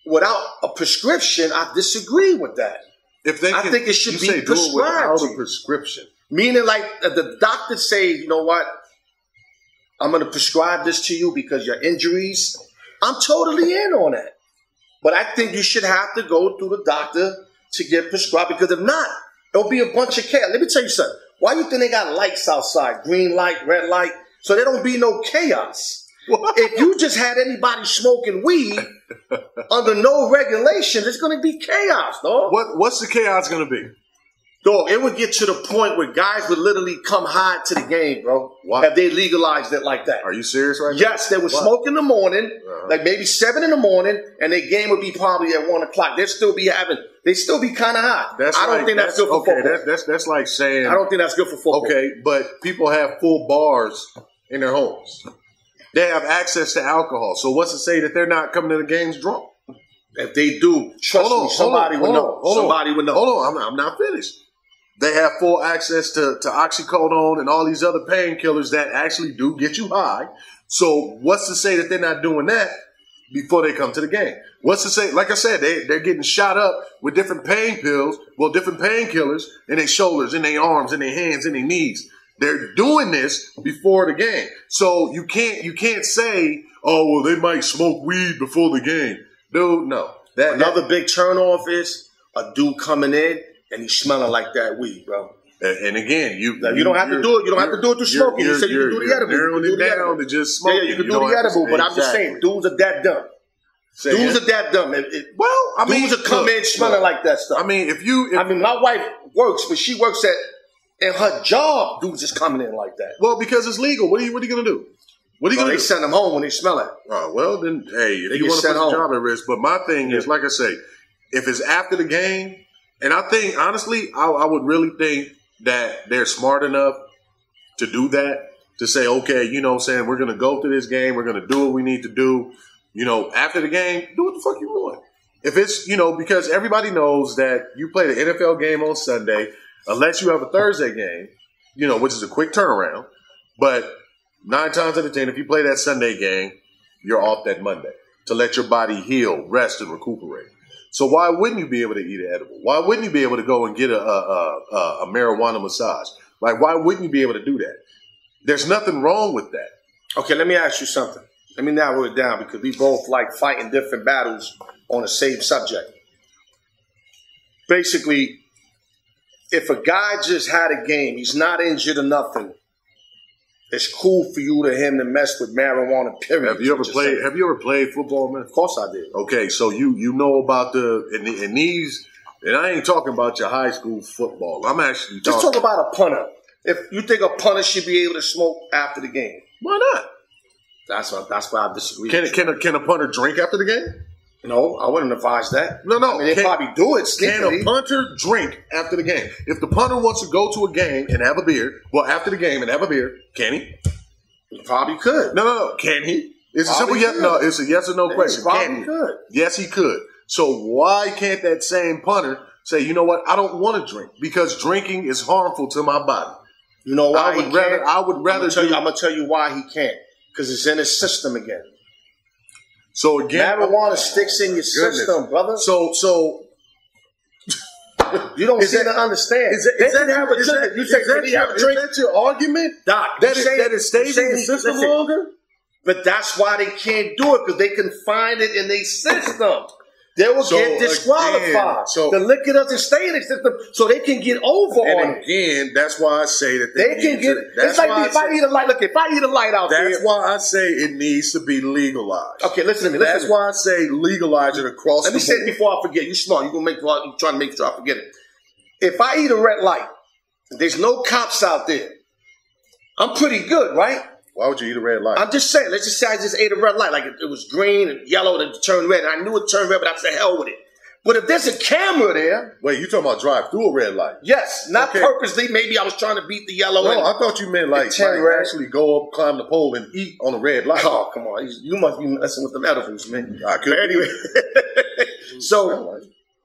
[SPEAKER 2] without a prescription, I disagree with that.
[SPEAKER 1] If they,
[SPEAKER 2] I
[SPEAKER 1] can,
[SPEAKER 2] think it should
[SPEAKER 1] you
[SPEAKER 2] be
[SPEAKER 1] say do it
[SPEAKER 2] prescribed
[SPEAKER 1] without
[SPEAKER 2] to
[SPEAKER 1] a
[SPEAKER 2] you.
[SPEAKER 1] prescription.
[SPEAKER 2] Meaning, like uh, the doctor say, you know what? I'm going to prescribe this to you because your injuries. I'm totally in on that. But I think you should have to go through the doctor to get prescribed because if not, it'll be a bunch of chaos. Let me tell you something. Why you think they got lights outside? Green light, red light, so there don't be no chaos. if you just had anybody smoking weed under no regulation, it's going to be chaos, dog.
[SPEAKER 1] What what's the chaos going to be?
[SPEAKER 2] Dog, it would get to the point where guys would literally come hide to the game, bro.
[SPEAKER 1] Why?
[SPEAKER 2] If they legalized it like that.
[SPEAKER 1] Are you serious right now?
[SPEAKER 2] Yes, they would smoke in the morning,
[SPEAKER 1] Uh-huh.
[SPEAKER 2] like maybe seven in the morning, and their game would be probably at one o'clock. They'd still be having, they still be kind of hot.
[SPEAKER 1] That's
[SPEAKER 2] I don't
[SPEAKER 1] like-
[SPEAKER 2] think that's, good for
[SPEAKER 1] okay.
[SPEAKER 2] football.
[SPEAKER 1] That's, that's that's like saying
[SPEAKER 2] I don't think that's good for football.
[SPEAKER 1] okay, but people have full bars in their homes. They have access to alcohol. So what's to say that they're not coming to the games drunk?
[SPEAKER 2] If they do, trust me, somebody would know. somebody would know.
[SPEAKER 1] Hold on, I'm, I'm not finished. They have full access to, to oxycodone and all these other painkillers that actually do get you high. So what's to say that they're not doing that before they come to the game? What's to say? Like I said, they they're getting shot up with different pain pills, well, different painkillers in their shoulders, in their arms, in their hands, in their knees. They're doing this before the game, so you can't you can't say, oh well, they might smoke weed before the game, dude. No, that that-
[SPEAKER 2] Another big turnoff is a dude coming in and he's smelling like that weed, bro.
[SPEAKER 1] And and again, you
[SPEAKER 2] Now, you don't have to do it- you don't have to do it
[SPEAKER 1] you're-
[SPEAKER 2] through smoking. You
[SPEAKER 1] you're-
[SPEAKER 2] said you can do the
[SPEAKER 1] you're
[SPEAKER 2] edible. You can
[SPEAKER 1] Narrowing
[SPEAKER 2] do
[SPEAKER 1] it
[SPEAKER 2] the
[SPEAKER 1] down
[SPEAKER 2] edible.
[SPEAKER 1] to just
[SPEAKER 2] Yeah,
[SPEAKER 1] smoking.
[SPEAKER 2] yeah, you can do the edible, but I'm just saying, dudes are that dumb. Dudes are that dumb. If- if-
[SPEAKER 1] well, I mean,
[SPEAKER 2] dudes are come
[SPEAKER 1] look,
[SPEAKER 2] in smelling
[SPEAKER 1] look,
[SPEAKER 2] like that stuff.
[SPEAKER 1] I mean, if you, if,
[SPEAKER 2] I mean, my wife works, but she works at and her job. Dudes is coming in like that.
[SPEAKER 1] well, because it's legal. What are you, what are you gonna do? What are you
[SPEAKER 2] Bro,
[SPEAKER 1] gonna
[SPEAKER 2] they
[SPEAKER 1] do?
[SPEAKER 2] send them home when they smell it.
[SPEAKER 1] Oh, well, then, hey, if
[SPEAKER 2] They
[SPEAKER 1] you want
[SPEAKER 2] get
[SPEAKER 1] to put
[SPEAKER 2] sent
[SPEAKER 1] your
[SPEAKER 2] home.
[SPEAKER 1] job at risk, but my thing is, like I say, if it's after the game, and I think honestly, I, I would really think that they're smart enough to do that to say, okay, you know, what I'm saying we're gonna go through this game, we're gonna do what we need to do. You know, after the game, do what the fuck you want. If it's you know, because everybody knows that you play the NFL game on Sunday, unless you have a Thursday game, you know, which is a quick turnaround. But nine times out of ten, if you play that Sunday game, you're off that Monday to let your body heal, rest, and recuperate. So why wouldn't you be able to eat an edible? Why wouldn't you be able to go and get a a, a, a marijuana massage? Like why wouldn't you be able to do that? There's nothing wrong with that.
[SPEAKER 2] Okay, let me ask you something. Let me narrow it down because we both like fighting different battles on the same subject. Basically, if a guy just had a game, he's not injured or nothing. It's cool for you to him to mess with marijuana. Period.
[SPEAKER 1] Have you ever
[SPEAKER 2] Just
[SPEAKER 1] played?
[SPEAKER 2] saying.
[SPEAKER 1] Have you ever played football, man?
[SPEAKER 2] Of course, I did.
[SPEAKER 1] Okay, so you you know about the and, the, and these, and I ain't talking about your high school football. I'm actually
[SPEAKER 2] Just
[SPEAKER 1] talking.
[SPEAKER 2] talk about a punter. If you think a punter should be able to smoke after the game,
[SPEAKER 1] why not?
[SPEAKER 2] that's what, that's why I disagree.
[SPEAKER 1] Can can a, can a punter drink after the game?
[SPEAKER 2] No, I wouldn't advise that.
[SPEAKER 1] No, no.
[SPEAKER 2] I mean, they
[SPEAKER 1] Can-
[SPEAKER 2] probably do it.
[SPEAKER 1] Can
[SPEAKER 2] sneakily.
[SPEAKER 1] a punter drink after the game? If the punter wants to go to a game and have a beer, well, after the game and have a beer, can he?
[SPEAKER 2] probably could.
[SPEAKER 1] No, no, no. Can he? It's a simple
[SPEAKER 2] Probably
[SPEAKER 1] yes.
[SPEAKER 2] could.
[SPEAKER 1] No, it's a yes or no
[SPEAKER 2] Yeah,
[SPEAKER 1] question.
[SPEAKER 2] probably
[SPEAKER 1] Can he?
[SPEAKER 2] could.
[SPEAKER 1] Yes, he could. So why can't that same punter say, you know what? I don't want to drink because drinking is harmful to my body.
[SPEAKER 2] You know why
[SPEAKER 1] I would
[SPEAKER 2] he
[SPEAKER 1] rather.
[SPEAKER 2] can't?
[SPEAKER 1] I would rather
[SPEAKER 2] I'm gonna, tell
[SPEAKER 1] do.
[SPEAKER 2] you, I'm gonna tell you why he can't. Because it's in his system again.
[SPEAKER 1] so again,
[SPEAKER 2] Marijuana sticks in your
[SPEAKER 1] Goodness.
[SPEAKER 2] system, brother.
[SPEAKER 1] So so
[SPEAKER 2] you don't
[SPEAKER 1] is
[SPEAKER 2] seem
[SPEAKER 1] that-
[SPEAKER 2] to understand.
[SPEAKER 1] is that,
[SPEAKER 2] they
[SPEAKER 1] is that,
[SPEAKER 2] didn't have a
[SPEAKER 1] is
[SPEAKER 2] drink.
[SPEAKER 1] that-
[SPEAKER 2] you
[SPEAKER 1] is
[SPEAKER 2] said
[SPEAKER 1] that
[SPEAKER 2] did he
[SPEAKER 1] your-
[SPEAKER 2] have a drink?
[SPEAKER 1] Is that your argument?
[SPEAKER 2] Doc,
[SPEAKER 1] That
[SPEAKER 2] you
[SPEAKER 1] it-
[SPEAKER 2] saying-
[SPEAKER 1] that it stays
[SPEAKER 2] you
[SPEAKER 1] in
[SPEAKER 2] saying
[SPEAKER 1] the
[SPEAKER 2] he-
[SPEAKER 1] system
[SPEAKER 2] listen,
[SPEAKER 1] longer?
[SPEAKER 2] But that's why they can't do it because they can find it in their system. They will
[SPEAKER 1] So,
[SPEAKER 2] get disqualified.
[SPEAKER 1] again, so-
[SPEAKER 2] the liquor doesn't stay in the system, so they can get over on
[SPEAKER 1] And
[SPEAKER 2] it.
[SPEAKER 1] again, that's why I say that
[SPEAKER 2] They can
[SPEAKER 1] need
[SPEAKER 2] get.
[SPEAKER 1] to-
[SPEAKER 2] It's
[SPEAKER 1] That's
[SPEAKER 2] like
[SPEAKER 1] why I
[SPEAKER 2] if I
[SPEAKER 1] say,
[SPEAKER 2] eat a light. Look, if I eat a light out there.
[SPEAKER 1] that's why I say it needs to be legalized.
[SPEAKER 2] Okay, listen to me. Listen
[SPEAKER 1] That's
[SPEAKER 2] to me.
[SPEAKER 1] why I say legalize it across
[SPEAKER 2] Let
[SPEAKER 1] the
[SPEAKER 2] me say it
[SPEAKER 1] board.
[SPEAKER 2] before I forget. You smart. You gonna make. You trying to make sure I forget it. If I eat a red light, there's no cops out there. I'm pretty good, right?
[SPEAKER 1] Why would you eat a red light?
[SPEAKER 2] I'm just saying. Let's just say I just ate a red light, like it, it was green and yellow, then it turned red. And I knew it turned red, but I said hell with it. But if there's a camera there,
[SPEAKER 1] Wait, you talking about drive through a red light?
[SPEAKER 2] yes, not
[SPEAKER 1] Okay.
[SPEAKER 2] purposely. Maybe I was trying to beat the yellow.
[SPEAKER 1] No,
[SPEAKER 2] and,
[SPEAKER 1] I thought you meant like,
[SPEAKER 2] Ten
[SPEAKER 1] like
[SPEAKER 2] red.
[SPEAKER 1] actually go up, climb the pole, and eat on a red light.
[SPEAKER 2] Oh, come on. You- You must be messing with the metaphors, man.
[SPEAKER 1] I could.
[SPEAKER 2] Anyway, [LAUGHS] so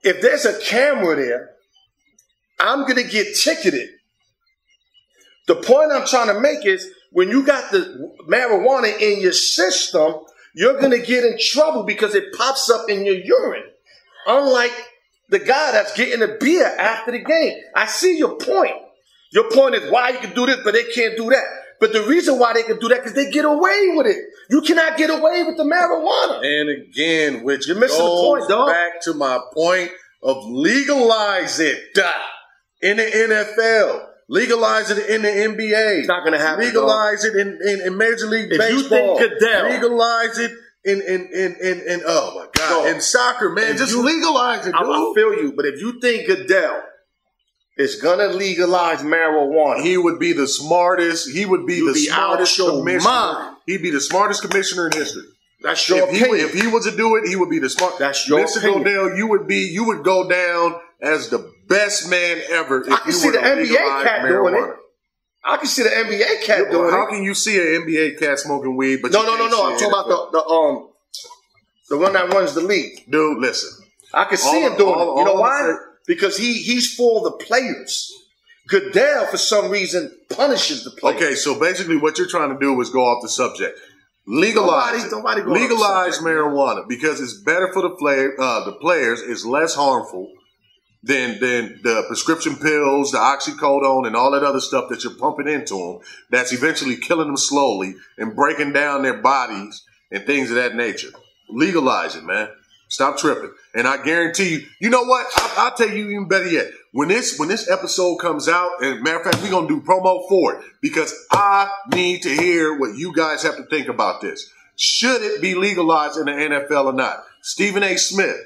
[SPEAKER 2] if there's a camera there, I'm going to get ticketed. The point I'm trying to make is when you got the marijuana in your system, you're going to get in trouble because it pops up in your urine. Unlike the guy that's getting a beer after the game. I see your point. Your point is why you can do this, but they can't do that. But the reason why they can do that because they get away with it. You cannot get away with the marijuana.
[SPEAKER 1] And again, which
[SPEAKER 2] You're missing the
[SPEAKER 1] goes
[SPEAKER 2] point, dog.
[SPEAKER 1] back to my point of legalize it duh, in the NFL, legalize it in the NBA,
[SPEAKER 2] It's not gonna happen,
[SPEAKER 1] legalize it in, in, in Major League
[SPEAKER 2] If you
[SPEAKER 1] Baseball,
[SPEAKER 2] think Goodell-
[SPEAKER 1] legalize it in in in in, in oh my god,
[SPEAKER 2] Dog.
[SPEAKER 1] in soccer, man,
[SPEAKER 2] If
[SPEAKER 1] just
[SPEAKER 2] you-
[SPEAKER 1] legalize it,
[SPEAKER 2] I, I
[SPEAKER 1] dude.
[SPEAKER 2] feel you, but if you think Goodell is gonna legalize marijuana,
[SPEAKER 1] He would be the smartest. He would be
[SPEAKER 2] You'd
[SPEAKER 1] the
[SPEAKER 2] be out
[SPEAKER 1] smartest
[SPEAKER 2] your
[SPEAKER 1] commissioner.
[SPEAKER 2] mind.
[SPEAKER 1] He'd be the smartest commissioner in history.
[SPEAKER 2] that's your
[SPEAKER 1] If he,
[SPEAKER 2] opinion.
[SPEAKER 1] if he was to do it, he would be the smart.
[SPEAKER 2] That's your
[SPEAKER 1] Mr.
[SPEAKER 2] opinion.
[SPEAKER 1] Goodell, you would be, you would go down as the best man ever. If
[SPEAKER 2] I can
[SPEAKER 1] you
[SPEAKER 2] see
[SPEAKER 1] were
[SPEAKER 2] the
[SPEAKER 1] to
[SPEAKER 2] NBA
[SPEAKER 1] legalize
[SPEAKER 2] cat doing it. I can see the NBA cat doing
[SPEAKER 1] How
[SPEAKER 2] it.
[SPEAKER 1] can you see an NBA cat smoking weed? But
[SPEAKER 2] No,
[SPEAKER 1] you
[SPEAKER 2] no, no,
[SPEAKER 1] can't
[SPEAKER 2] no.
[SPEAKER 1] see
[SPEAKER 2] I'm
[SPEAKER 1] it?
[SPEAKER 2] talking about the, the um the one that runs the league.
[SPEAKER 1] dude. Listen,
[SPEAKER 2] I can see
[SPEAKER 1] All-
[SPEAKER 2] him doing
[SPEAKER 1] all-
[SPEAKER 2] it. You know
[SPEAKER 1] all I'm
[SPEAKER 2] why?
[SPEAKER 1] saying-
[SPEAKER 2] Because he he's for the players. Goodell, for some reason, punishes the players.
[SPEAKER 1] okay. So basically, what you're trying to do is go off the subject. Legalize, it.
[SPEAKER 2] Nobody- nobody go off the
[SPEAKER 1] legalize
[SPEAKER 2] subject.
[SPEAKER 1] marijuana because it's better for the player, uh, the players. It's less harmful than than the prescription pills, the oxycodone, and all that other stuff that you're pumping into them. That's eventually killing them slowly and breaking down their bodies and things of that nature. Legalize it, man. Stop tripping. And I guarantee you. You know what? I, I'll tell you even better yet. When this when this episode comes out, and matter of fact, we're gonna do promo for it because I need to hear what you guys have to think about this. Should it be legalized in the NFL or not? Stephen A. Smith,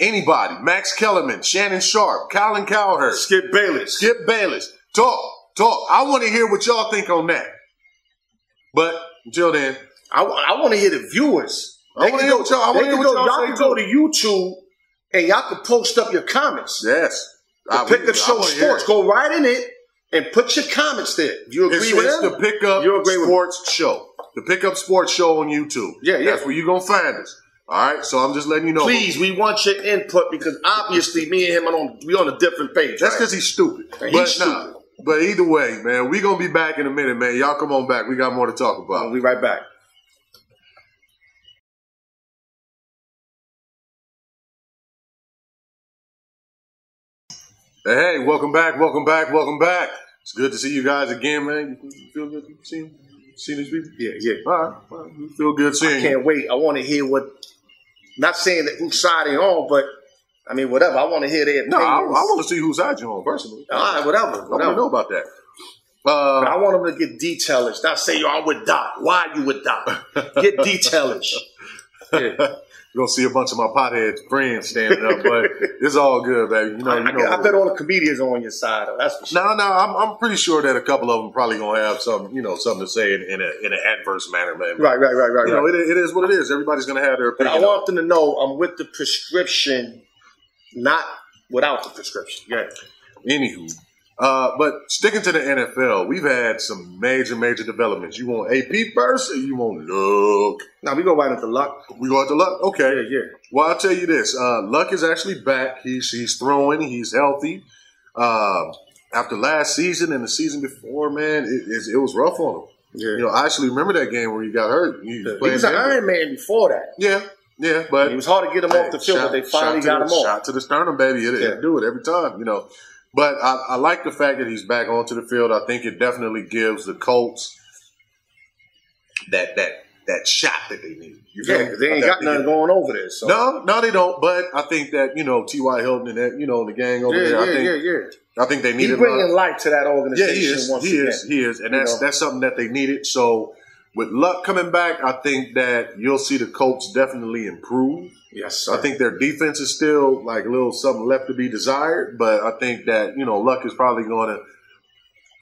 [SPEAKER 1] anybody, Max Kellerman, Shannon Sharp, Colin Cowherd,
[SPEAKER 2] Skip Bayless.
[SPEAKER 1] Skip Bayless. Talk, talk. I want to hear what y'all think on that. But until then,
[SPEAKER 2] I, want to hear the viewers.
[SPEAKER 1] I wanna
[SPEAKER 2] They can
[SPEAKER 1] hear what y'all- I
[SPEAKER 2] they
[SPEAKER 1] wanna hear
[SPEAKER 2] can
[SPEAKER 1] what
[SPEAKER 2] go-
[SPEAKER 1] y'all say
[SPEAKER 2] can go to YouTube and y'all can post up your comments.
[SPEAKER 1] yes.
[SPEAKER 2] The
[SPEAKER 1] I-
[SPEAKER 2] Pickup
[SPEAKER 1] I
[SPEAKER 2] Show
[SPEAKER 1] wanna hear
[SPEAKER 2] Sports.
[SPEAKER 1] it.
[SPEAKER 2] Go right in it and put your comments there. You agree
[SPEAKER 1] It's,
[SPEAKER 2] with
[SPEAKER 1] it's
[SPEAKER 2] them?
[SPEAKER 1] the Pickup
[SPEAKER 2] You agree with me?
[SPEAKER 1] Sports Show. The Pickup Sports Show on YouTube.
[SPEAKER 2] Yeah, yeah.
[SPEAKER 1] That's where you're going to find us. All right, so I'm just letting you know.
[SPEAKER 2] Please, we want your input because obviously me and him are on we on a different page.
[SPEAKER 1] That's
[SPEAKER 2] right?
[SPEAKER 1] because he's stupid.
[SPEAKER 2] He's
[SPEAKER 1] but,
[SPEAKER 2] stupid.
[SPEAKER 1] Nah, but either way, man, we're going to be back in a minute, man. Y'all come on back. We got more to talk about.
[SPEAKER 2] we'll be right back.
[SPEAKER 1] Hey, hey, welcome back, welcome back, welcome back. It's good to see you guys again, man. You feel good seeing, seeing these people?
[SPEAKER 2] Yeah, yeah.
[SPEAKER 1] All right, all right. You feel good seeing you.
[SPEAKER 2] Can't wait. I want to hear what. Not saying that whose side they on, but I mean whatever. I want to hear their
[SPEAKER 1] No, I, I
[SPEAKER 2] opinions.
[SPEAKER 1] want to see whose side you're on personally.
[SPEAKER 2] All right, whatever.
[SPEAKER 1] I want to
[SPEAKER 2] whatever.
[SPEAKER 1] know about that. Uh,
[SPEAKER 2] But I want them to get detailers, not say, "Oh, yo, I'm with Doc. Why you
[SPEAKER 1] [LAUGHS]
[SPEAKER 2] with Doc? Get detailers.
[SPEAKER 1] You're gonna see a bunch of my pothead friends standing up, but it's all good, baby. You know,
[SPEAKER 2] I,
[SPEAKER 1] you know.
[SPEAKER 2] I- I bet all the comedians are on your side, though. That's for sure.
[SPEAKER 1] no, no, I'm, I'm pretty sure that a couple of them probably gonna have some, you know, something to say in, in a in an adverse manner, man.
[SPEAKER 2] Right, right, right, right,
[SPEAKER 1] You
[SPEAKER 2] right.
[SPEAKER 1] know, it, it is what it is. Everybody's gonna have their
[SPEAKER 2] but I
[SPEAKER 1] opinion. on
[SPEAKER 2] want them to know I'm with the prescription, not without the prescription. Yeah.
[SPEAKER 1] it. Anywho, uh, but sticking to the NFL, we've had some major, major developments. You want AP first, or you want Luck?
[SPEAKER 2] Now we go right into luck.
[SPEAKER 1] We go out to Luck, okay?
[SPEAKER 2] Yeah, yeah.
[SPEAKER 1] Well, I'll tell you this: uh, Luck is actually back. He's he's throwing. He's healthy. Um, after last season and the season before, man, it, it, it was rough on him.
[SPEAKER 2] Yeah.
[SPEAKER 1] You know, I actually remember that game where he got hurt. He was
[SPEAKER 2] he
[SPEAKER 1] playing
[SPEAKER 2] was an
[SPEAKER 1] Denver.
[SPEAKER 2] Iron Man before that.
[SPEAKER 1] Yeah, yeah, but
[SPEAKER 2] It was hard to get him off the field,
[SPEAKER 1] Shot-
[SPEAKER 2] but they
[SPEAKER 1] shot
[SPEAKER 2] finally
[SPEAKER 1] to
[SPEAKER 2] got
[SPEAKER 1] the-
[SPEAKER 2] him off.
[SPEAKER 1] Shot to the sternum, baby. It,
[SPEAKER 2] Yeah.
[SPEAKER 1] it do it every time, you know. But I, I like the fact that he's back onto the field. I think it definitely gives the Colts that that that shot that they need. You feel
[SPEAKER 2] Yeah,
[SPEAKER 1] me?
[SPEAKER 2] 'cause they ain't
[SPEAKER 1] I
[SPEAKER 2] got
[SPEAKER 1] think
[SPEAKER 2] nothing
[SPEAKER 1] they-
[SPEAKER 2] going over there. So.
[SPEAKER 1] No, no, they don't. But I think that you know T.Y. Hilton and that you know the gang over
[SPEAKER 2] Yeah,
[SPEAKER 1] there.
[SPEAKER 2] yeah,
[SPEAKER 1] I think
[SPEAKER 2] yeah, yeah.
[SPEAKER 1] I think they
[SPEAKER 2] He's
[SPEAKER 1] needed.
[SPEAKER 2] bringing life to that
[SPEAKER 1] Yeah,
[SPEAKER 2] organization
[SPEAKER 1] he is.
[SPEAKER 2] once
[SPEAKER 1] He
[SPEAKER 2] again.
[SPEAKER 1] is. He is, and
[SPEAKER 2] You
[SPEAKER 1] that's
[SPEAKER 2] know?
[SPEAKER 1] that's something that they needed. So with luck coming back, I think that you'll see the Colts definitely improve.
[SPEAKER 2] Yes,
[SPEAKER 1] I think their defense is still like a little something left to be desired, but I think that you know Luck is probably going to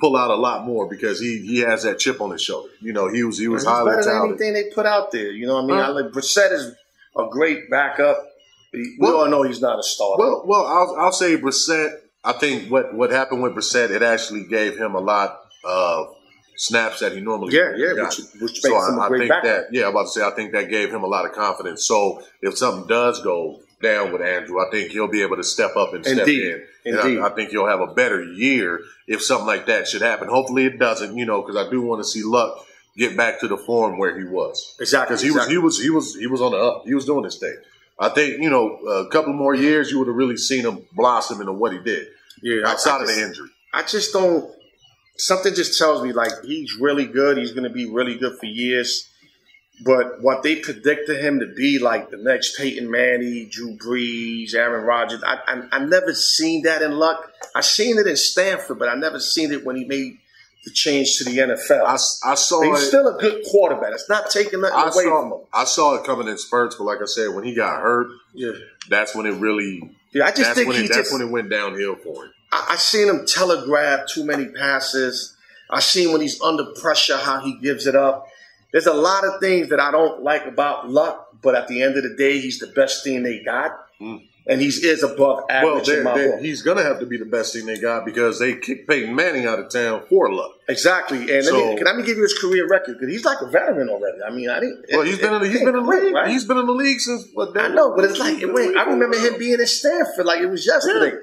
[SPEAKER 1] pull out a lot more because he he has that chip on his shoulder. You know, he was he was
[SPEAKER 2] It's better
[SPEAKER 1] highly
[SPEAKER 2] than
[SPEAKER 1] touted.
[SPEAKER 2] anything they put out there. You know what I mean?
[SPEAKER 1] Huh?
[SPEAKER 2] I like Brissett is a great backup. We
[SPEAKER 1] Well-
[SPEAKER 2] all know he's not a starter.
[SPEAKER 1] Well, well, I'll, I'll say Brissett. I think what what happened with Brissett, it actually gave him a lot of snaps that he normally
[SPEAKER 2] yeah, yeah,
[SPEAKER 1] got.
[SPEAKER 2] which, which makes
[SPEAKER 1] So
[SPEAKER 2] him a
[SPEAKER 1] I, I
[SPEAKER 2] great
[SPEAKER 1] think
[SPEAKER 2] backup.
[SPEAKER 1] that yeah, I'm about to say I think that gave him a lot of confidence. So if something does go down with Andrew, I think he'll be able to step up and step
[SPEAKER 2] Indeed.
[SPEAKER 1] in. And
[SPEAKER 2] Indeed.
[SPEAKER 1] I, I think he'll have a better year if something like that should happen. Hopefully it doesn't, you know, because I do want to see Luck get back to the form where he was
[SPEAKER 2] exactly.
[SPEAKER 1] because he
[SPEAKER 2] exactly.
[SPEAKER 1] was he was he was he was on the up. He was doing his thing. I think you know a couple more years, you would have really seen him blossom into what he did
[SPEAKER 2] yeah, I-
[SPEAKER 1] outside
[SPEAKER 2] I
[SPEAKER 1] of
[SPEAKER 2] just,
[SPEAKER 1] the injury.
[SPEAKER 2] I just don't. Something just tells me like he's really good. He's going to be really good for years. But what they predicted him to be like the next Peyton Manning, Drew Brees, Aaron Rodgers, I, I I never seen that in Luck. I seen it in Stanford, but I never seen it when he made the change to the NFL.
[SPEAKER 1] I, s- I saw
[SPEAKER 2] He's
[SPEAKER 1] it.
[SPEAKER 2] still a good quarterback. It's not taking nothing
[SPEAKER 1] I
[SPEAKER 2] away
[SPEAKER 1] saw
[SPEAKER 2] from him.
[SPEAKER 1] I saw it coming in spurts, but like I said, when he got hurt,
[SPEAKER 2] Yeah.
[SPEAKER 1] that's when it really
[SPEAKER 2] Yeah, I just
[SPEAKER 1] that's
[SPEAKER 2] think
[SPEAKER 1] when
[SPEAKER 2] he
[SPEAKER 1] it, that's
[SPEAKER 2] just.
[SPEAKER 1] when it went downhill for him.
[SPEAKER 2] I, I seen him telegraph too many passes. I seen when he's under pressure how he gives it up. There's a lot of things that I don't like about Luck, but at the end of the day, he's the best thing they got,
[SPEAKER 1] Mm.
[SPEAKER 2] and he's is above
[SPEAKER 1] Well,
[SPEAKER 2] average
[SPEAKER 1] they're-
[SPEAKER 2] in my
[SPEAKER 1] they're-
[SPEAKER 2] book.
[SPEAKER 1] he's gonna have to be the best thing they got because they kicked Peyton Manning out of town for luck.
[SPEAKER 2] Exactly. And let
[SPEAKER 1] So-
[SPEAKER 2] me, can I let me give you his career record? Because he's like a veteran already. I mean, I didn't.
[SPEAKER 1] Well, he's
[SPEAKER 2] it-
[SPEAKER 1] been in the,
[SPEAKER 2] it
[SPEAKER 1] he's been in the
[SPEAKER 2] quick,
[SPEAKER 1] league.
[SPEAKER 2] right?
[SPEAKER 1] He's been in the league since what?
[SPEAKER 2] I know, but it's like it went. I remember him being in Stanford like it was yesterday.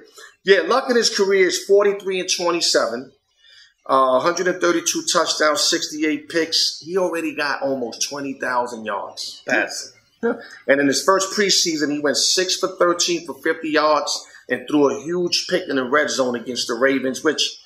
[SPEAKER 2] Yeah, Luck in his career is 43 and 27, uh, 132 touchdowns, 68 picks. He already got almost 20,000 yards passing. And in his first preseason, he went six for 13 for 50 yards and threw a huge pick in the red zone against the Ravens, which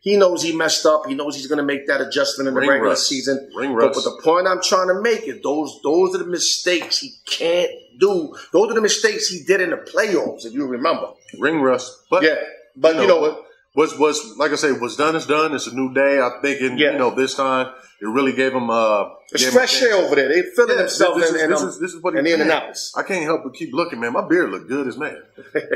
[SPEAKER 2] he knows he messed up. He knows he's going to make that adjustment in the
[SPEAKER 1] Ring
[SPEAKER 2] regular
[SPEAKER 1] rust.
[SPEAKER 2] season.
[SPEAKER 1] Ring
[SPEAKER 2] But, but
[SPEAKER 1] rust.
[SPEAKER 2] the point I'm trying to make is those those are the mistakes he can't do. Those are the mistakes he did in the playoffs, if you remember.
[SPEAKER 1] Ring rust, but
[SPEAKER 2] Yeah, but you know,
[SPEAKER 1] what was was like I say, what's done is done. It's a new day. I think, and
[SPEAKER 2] Yeah.
[SPEAKER 1] you know, this time it really gave him. Uh,
[SPEAKER 2] it's
[SPEAKER 1] gave him a
[SPEAKER 2] fresh
[SPEAKER 1] chance.
[SPEAKER 2] air over there. They feeling
[SPEAKER 1] Yeah, this,
[SPEAKER 2] themselves
[SPEAKER 1] this
[SPEAKER 2] in,
[SPEAKER 1] is,
[SPEAKER 2] in,
[SPEAKER 1] this
[SPEAKER 2] um,
[SPEAKER 1] is, this is what he
[SPEAKER 2] in
[SPEAKER 1] did.
[SPEAKER 2] Indianapolis.
[SPEAKER 1] I can't help but keep looking, man. My beard look good as man.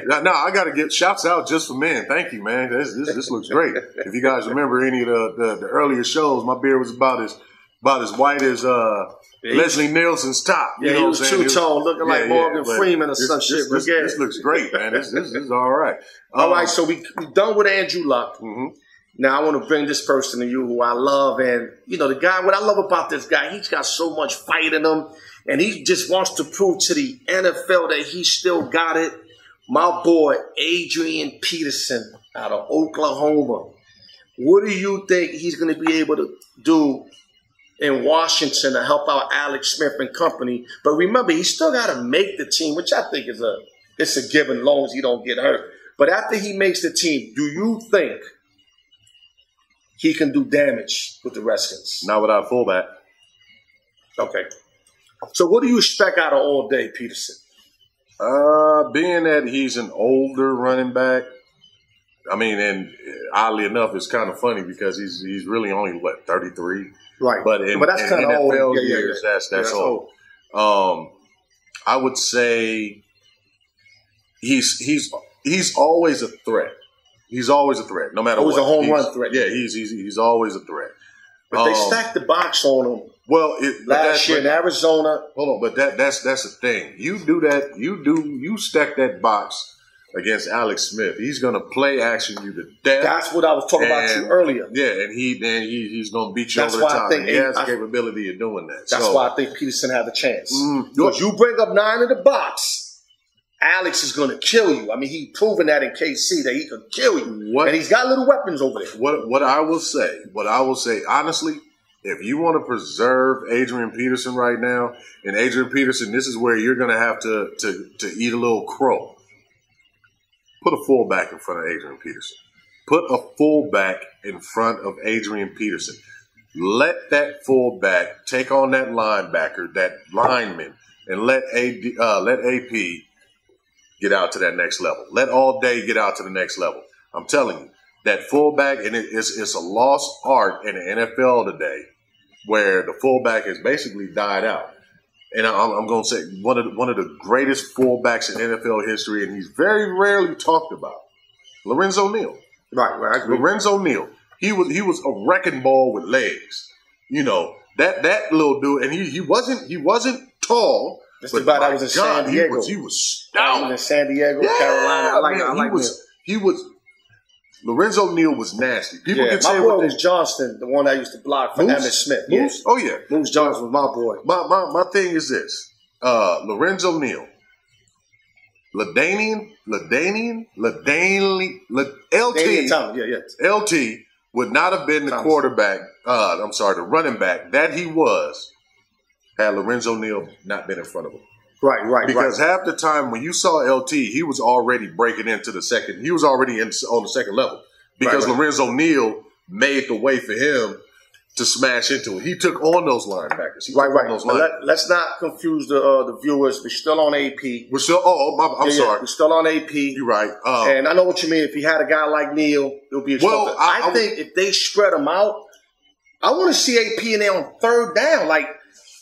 [SPEAKER 1] now, now, I got to get shouts out just for men. Thank you, man. This, this, this looks great. if you guys remember any of the, the, the earlier shows, my beard was about as about as white as uh,
[SPEAKER 2] Yeah, he-
[SPEAKER 1] Leslie Nielsen's top. You
[SPEAKER 2] Yeah,
[SPEAKER 1] know
[SPEAKER 2] he
[SPEAKER 1] what
[SPEAKER 2] was
[SPEAKER 1] I'm saying?
[SPEAKER 2] two tone, looking like Morgan
[SPEAKER 1] but
[SPEAKER 2] Freeman or
[SPEAKER 1] this-
[SPEAKER 2] some
[SPEAKER 1] this-
[SPEAKER 2] shit.
[SPEAKER 1] This,
[SPEAKER 2] but yeah.
[SPEAKER 1] this looks great, man. This, this, this is all
[SPEAKER 2] [LAUGHS]
[SPEAKER 1] right.
[SPEAKER 2] All
[SPEAKER 1] Um,
[SPEAKER 2] right, so we we done with Andrew Luck.
[SPEAKER 1] hmm
[SPEAKER 2] Now I want to bring this person to you who I love, and you know the guy. What I love about this guy, he's got so much fight in him, and he just wants to prove to the NFL that he still got it. My boy Adrian Peterson out of Oklahoma. What do you think he's going to be able to do in Washington to help out Alex Smith and company? But remember, he still got to make the team, which I think is a it's a given, long as he don't get hurt. But after he makes the team, do you think? he can do damage with the Redskins.
[SPEAKER 1] Not without fullback.
[SPEAKER 2] Okay. So what do you expect out of all day Peterson?
[SPEAKER 1] Uh, being that he's an older running back, I mean, and oddly enough, it's kind of funny because he's he's really only what thirty three.
[SPEAKER 2] Right.
[SPEAKER 1] But in,
[SPEAKER 2] but that's
[SPEAKER 1] in
[SPEAKER 2] kind of old.
[SPEAKER 1] NFL
[SPEAKER 2] Yeah, yeah,
[SPEAKER 1] years,
[SPEAKER 2] yeah.
[SPEAKER 1] that's
[SPEAKER 2] Yeah,
[SPEAKER 1] that's, old. Um, I would say he's he's he's always a threat. He's always a threat, no matter
[SPEAKER 2] Always
[SPEAKER 1] what.
[SPEAKER 2] a home
[SPEAKER 1] He's-
[SPEAKER 2] run threat.
[SPEAKER 1] Yeah, he's he's he's always a threat.
[SPEAKER 2] But they
[SPEAKER 1] Um,
[SPEAKER 2] stacked the box on him
[SPEAKER 1] Well, it, but that's-
[SPEAKER 2] last year in Arizona.
[SPEAKER 1] Hold on, but that that's that's the thing. You do that, you do you stack that box against Alex Smith. He's gonna play action you to death.
[SPEAKER 2] That's what I was talking about to you
[SPEAKER 1] And-
[SPEAKER 2] earlier.
[SPEAKER 1] yeah, and he then he, he's gonna beat you
[SPEAKER 2] That's
[SPEAKER 1] over the
[SPEAKER 2] why I
[SPEAKER 1] top.
[SPEAKER 2] think
[SPEAKER 1] he has
[SPEAKER 2] I-
[SPEAKER 1] the capability of doing that.
[SPEAKER 2] That's
[SPEAKER 1] so,
[SPEAKER 2] why I think Peterson had a chance.
[SPEAKER 1] Mm.
[SPEAKER 2] Because you bring up nine in the box, Alex is going to kill you. I mean, he proven that in KC that he could kill you.
[SPEAKER 1] What-
[SPEAKER 2] And he's got little weapons over there.
[SPEAKER 1] what what I will say, what I will say honestly, if you want to preserve Adrian Peterson right now, and Adrian Peterson, this is where you're gonna have to to to eat a little crow. Put a fullback in front of Adrian Peterson. Put a fullback in front of Adrian Peterson. Let that fullback take on that linebacker, that lineman, and let AD, uh, let AP get out to that next level. Let all day get out to the next level. I'm telling you, that fullback and it is it's a lost art in the NFL today, where the fullback has basically died out. And I- I'm, I'm going to say one of the, one of the greatest fullbacks in NFL history, and he's very rarely talked about, Lorenzo Neal.
[SPEAKER 2] Right, right. I agree.
[SPEAKER 1] Lorenzo Neal. He was he was a wrecking ball with legs. You know that that little dude, and he he wasn't he wasn't tall.
[SPEAKER 2] Just
[SPEAKER 1] but
[SPEAKER 2] about I
[SPEAKER 1] my
[SPEAKER 2] was in
[SPEAKER 1] God,
[SPEAKER 2] San
[SPEAKER 1] he
[SPEAKER 2] Diego.
[SPEAKER 1] was he was
[SPEAKER 2] I was
[SPEAKER 1] stout.
[SPEAKER 2] in San Diego,
[SPEAKER 1] Yeah,
[SPEAKER 2] Carolina. I like,
[SPEAKER 1] man,
[SPEAKER 2] I like
[SPEAKER 1] he was
[SPEAKER 2] this.
[SPEAKER 1] he was Lorenzo Neal was nasty. People
[SPEAKER 2] Yeah,
[SPEAKER 1] can
[SPEAKER 2] my
[SPEAKER 1] say
[SPEAKER 2] boy
[SPEAKER 1] what
[SPEAKER 2] was
[SPEAKER 1] they
[SPEAKER 2] Johnston, the one that used to block for
[SPEAKER 1] Moose?
[SPEAKER 2] Emmett Smith.
[SPEAKER 1] Moose? Oh yeah.
[SPEAKER 2] Yeah. Moose Johnston was my boy.
[SPEAKER 1] My my my thing is this. Uh Lorenzo Neal. Ladanian, Ladanian, Ladanian, LT.
[SPEAKER 2] Damian Thomas. Yeah, yeah.
[SPEAKER 1] LT would not have been the
[SPEAKER 2] Thompson.
[SPEAKER 1] quarterback. Uh, I'm sorry, the running back that he was had Lorenzo Neal not been in front of him.
[SPEAKER 2] Right, right,
[SPEAKER 1] Because
[SPEAKER 2] right.
[SPEAKER 1] half the time when you saw LT, he was already breaking into the second. He was already in, on the second level because
[SPEAKER 2] Right, right.
[SPEAKER 1] Lorenzo Neal made the way for him to smash into it. He took on those linebackers. He
[SPEAKER 2] Right,
[SPEAKER 1] took
[SPEAKER 2] right.
[SPEAKER 1] On those
[SPEAKER 2] But
[SPEAKER 1] linebackers.
[SPEAKER 2] Let, let's not confuse the uh, the viewers. We're still on AP.
[SPEAKER 1] We're still. Oh, my, I'm
[SPEAKER 2] Yeah, yeah,
[SPEAKER 1] sorry.
[SPEAKER 2] We're still on AP.
[SPEAKER 1] You're right. Uh,
[SPEAKER 2] And I know what you mean. If he had a guy like Neil, it would be a
[SPEAKER 1] Well,
[SPEAKER 2] struggle.
[SPEAKER 1] I-
[SPEAKER 2] I,
[SPEAKER 1] I-
[SPEAKER 2] think if they spread him out, I want to see AP in there on third down, like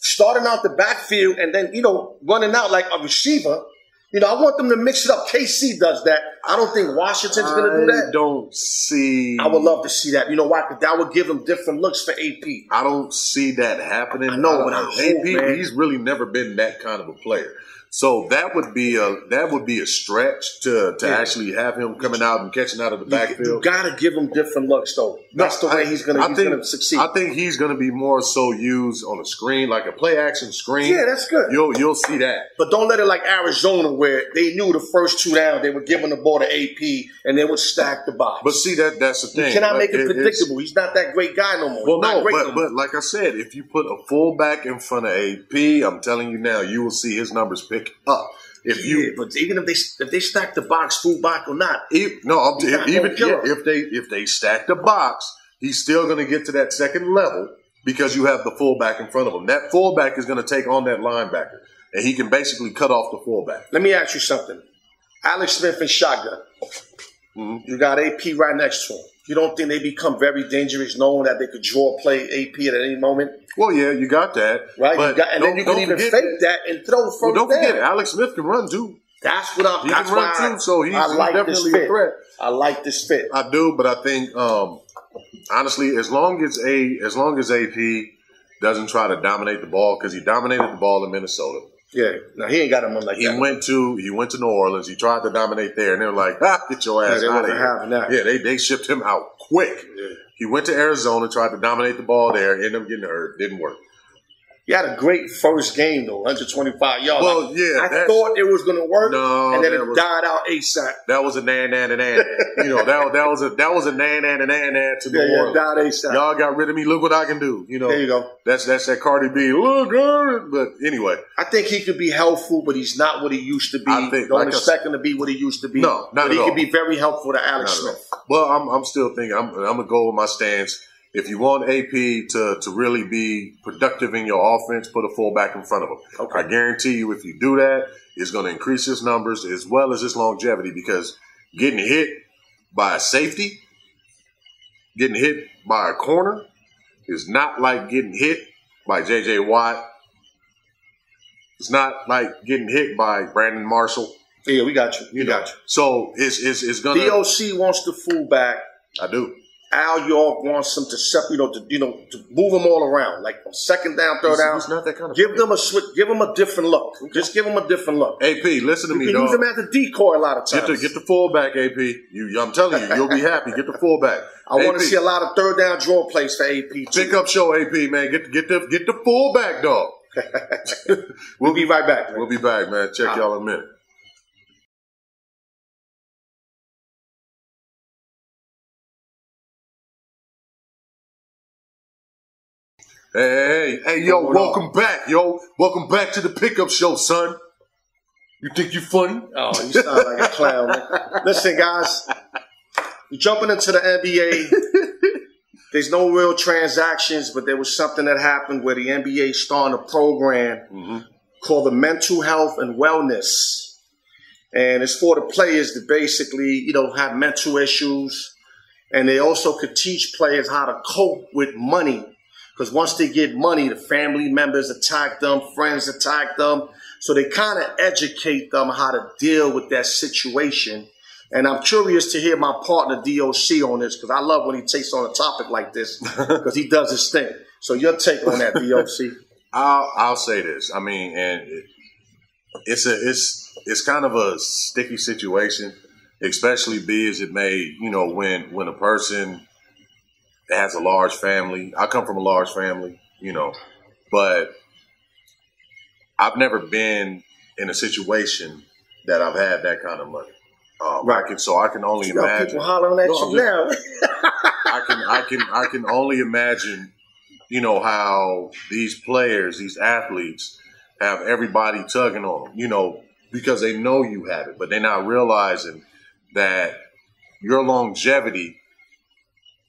[SPEAKER 2] starting out the backfield and then, you know, running out like a receiver. You know, I want them to mix it up. KC does that. I don't think Washington's going to do
[SPEAKER 1] I
[SPEAKER 2] that.
[SPEAKER 1] don't see.
[SPEAKER 2] I would love to see that. You know why? 'Cause that would give them different looks for AP.
[SPEAKER 1] I don't see that happening.
[SPEAKER 2] I know, but I
[SPEAKER 1] don't-
[SPEAKER 2] hope,
[SPEAKER 1] AP,
[SPEAKER 2] man.
[SPEAKER 1] he's really never been that kind of a player. So that would be a that would be a stretch to to
[SPEAKER 2] Yeah.
[SPEAKER 1] actually have him coming out and catching out of the
[SPEAKER 2] You,
[SPEAKER 1] backfield.
[SPEAKER 2] got to give him different looks, though. That's the
[SPEAKER 1] I-
[SPEAKER 2] way he's going
[SPEAKER 1] I
[SPEAKER 2] to he's
[SPEAKER 1] think-
[SPEAKER 2] going to succeed.
[SPEAKER 1] I think he's going to be more so used on a screen, like a play action screen.
[SPEAKER 2] yeah, that's good.
[SPEAKER 1] you'll you'll see that.
[SPEAKER 2] But don't let it like Arizona, where they knew the first two down, they were giving the ball to AP and they would stack the box.
[SPEAKER 1] But see that that's the
[SPEAKER 2] you
[SPEAKER 1] thing.
[SPEAKER 2] cannot
[SPEAKER 1] Like,
[SPEAKER 2] make it,
[SPEAKER 1] it's-
[SPEAKER 2] predictable. He's not that great guy no more.
[SPEAKER 1] Well,
[SPEAKER 2] He's not
[SPEAKER 1] no,
[SPEAKER 2] great
[SPEAKER 1] but
[SPEAKER 2] no
[SPEAKER 1] but like I said, if you put a fullback in front of AP, I'm telling you now, you will see his numbers pick up. If
[SPEAKER 2] more.
[SPEAKER 1] you
[SPEAKER 2] yeah, but even if they if they stack the box, full box or not,
[SPEAKER 1] If, e, no, I'm,
[SPEAKER 2] He's not
[SPEAKER 1] even
[SPEAKER 2] gonna kill him.
[SPEAKER 1] if they if they stack the box, he's still going to get to that second level because you have the fullback in front of him. That fullback is going to take on that linebacker, and he can basically cut off the fullback.
[SPEAKER 2] let me ask you something. Alex Smith and Shotgun.
[SPEAKER 1] Mhm.
[SPEAKER 2] You got AP right next to him. You don't think they become very dangerous knowing that they could draw a play AP at any moment,
[SPEAKER 1] Well, yeah, you got that,
[SPEAKER 2] right? You
[SPEAKER 1] But
[SPEAKER 2] got- and then you can
[SPEAKER 1] don't-
[SPEAKER 2] even
[SPEAKER 1] don't forget-
[SPEAKER 2] fake that and throw first
[SPEAKER 1] Well, don't
[SPEAKER 2] down.
[SPEAKER 1] forget, Alex Smith can run too.
[SPEAKER 2] That's what I'm.
[SPEAKER 1] He
[SPEAKER 2] that's
[SPEAKER 1] can run
[SPEAKER 2] why I-
[SPEAKER 1] too, so he's,
[SPEAKER 2] I
[SPEAKER 1] he's
[SPEAKER 2] like this
[SPEAKER 1] definitely a
[SPEAKER 2] fit.
[SPEAKER 1] threat.
[SPEAKER 2] I like this fit.
[SPEAKER 1] I do, but I think um, honestly, as long as a as long as AP doesn't try to dominate the ball because he dominated the ball in Minnesota.
[SPEAKER 2] Yeah, no, he ain't got him on like
[SPEAKER 1] He
[SPEAKER 2] that.
[SPEAKER 1] went to he went to New Orleans. He tried to dominate there, and they were like, ah, "Get your
[SPEAKER 2] Yeah,
[SPEAKER 1] ass
[SPEAKER 2] they
[SPEAKER 1] out
[SPEAKER 2] wasn't
[SPEAKER 1] of here."
[SPEAKER 2] having that.
[SPEAKER 1] Yeah, they they shipped him out quick.
[SPEAKER 2] Yeah.
[SPEAKER 1] He went to Arizona, tried to dominate the ball there, ended up getting hurt. Didn't work.
[SPEAKER 2] He had a great first game though, 125 yards.
[SPEAKER 1] Well, yeah,
[SPEAKER 2] I
[SPEAKER 1] that-
[SPEAKER 2] thought it was gonna work,
[SPEAKER 1] No,
[SPEAKER 2] and then
[SPEAKER 1] that
[SPEAKER 2] it
[SPEAKER 1] was-
[SPEAKER 2] died out ASAP.
[SPEAKER 1] That was a nan nan nan. nan. you know that that was a that was a nan nan nan nan to New
[SPEAKER 2] Yeah, yeah, it
[SPEAKER 1] Orleans.
[SPEAKER 2] died ASAP.
[SPEAKER 1] Y'all got rid of me. Look what I can do. You know
[SPEAKER 2] There you go.
[SPEAKER 1] that's that's that Cardi B. Look, uh, but anyway,
[SPEAKER 2] I think he could be helpful, but he's not what he used to be.
[SPEAKER 1] I think,
[SPEAKER 2] Don't
[SPEAKER 1] like I
[SPEAKER 2] expect him to be what he used to be.
[SPEAKER 1] No, not
[SPEAKER 2] but
[SPEAKER 1] at
[SPEAKER 2] he
[SPEAKER 1] all.
[SPEAKER 2] could be very helpful to Alex
[SPEAKER 1] Not at
[SPEAKER 2] Smith.
[SPEAKER 1] Well, I'm, I'm still thinking. I'm, I'm gonna go with my stance. If you want AP to, to really be productive in your offense, put a fullback in front of him.
[SPEAKER 2] Okay.
[SPEAKER 1] I guarantee you, if you do that, it's going to increase his numbers as well as his longevity because getting hit by a safety, getting hit by a corner, is not like getting hit by J.J. Watt. It's not like getting hit by Brandon Marshall.
[SPEAKER 2] Yeah, we got you. We
[SPEAKER 1] know.
[SPEAKER 2] got
[SPEAKER 1] So it's it's, it's gonna.
[SPEAKER 2] you. DOC wants the fullback.
[SPEAKER 1] I do.
[SPEAKER 2] Al York wants him to separate, you know, to you know, to move him all around, like from second down, third
[SPEAKER 1] He's-
[SPEAKER 2] down.
[SPEAKER 1] he's not that kind of
[SPEAKER 2] Give them a switch. Give them a different look. Just give them a different look.
[SPEAKER 1] AP, listen to
[SPEAKER 2] You
[SPEAKER 1] me,
[SPEAKER 2] can
[SPEAKER 1] dog.
[SPEAKER 2] use them as a decoy a lot of
[SPEAKER 1] Get
[SPEAKER 2] times.
[SPEAKER 1] the get the fullback, AP. You, I'm telling you, you'll be happy. Get the fullback.
[SPEAKER 2] [LAUGHS] I want
[SPEAKER 1] AP,
[SPEAKER 2] to see a lot of third down draw plays for AP. Too.
[SPEAKER 1] pick up show, AP man. Get get the get the fullback, dog.
[SPEAKER 2] We'll be right back.
[SPEAKER 1] We'll be back, man. Check y'all in a minute. Hey, hey, hey, yo,
[SPEAKER 2] What's going
[SPEAKER 1] welcome back, yo. Welcome back to the pickup show, son. You think you funny?
[SPEAKER 2] Oh, you sound like a clown. man. Listen, guys, you're jumping into the NBA. There's no real transactions, but there was something that happened where the NBA started a program called the Mental Health and Wellness. And it's for the players to basically, you know, have mental issues. And they also could teach players how to cope with money. Because once they get money, the family members attack them, friends attack them. So they kind of educate them how to deal with that situation. And I'm curious to hear my partner DOC on this because I love when he takes on a topic
[SPEAKER 1] [LAUGHS]
[SPEAKER 2] like this because he does his thing. So your take on
[SPEAKER 1] [LAUGHS]
[SPEAKER 2] that, DOC?
[SPEAKER 1] I'll I'll say this. I mean, and it, it's a it's it's kind of a sticky situation, especially be as it may. You know, when when a person has a large family. I come from a large family, you know, but I've never been in a situation that I've had that kind of money. Um,
[SPEAKER 2] Right.
[SPEAKER 1] I can, so I can only
[SPEAKER 2] You got
[SPEAKER 1] imagine.
[SPEAKER 2] people hollering at
[SPEAKER 1] No, I'm
[SPEAKER 2] you now.
[SPEAKER 1] [LAUGHS] I can I can I can only imagine, you know, how these players, these athletes, have everybody tugging on them, you know, because they know you have it, but they're not realizing that your longevity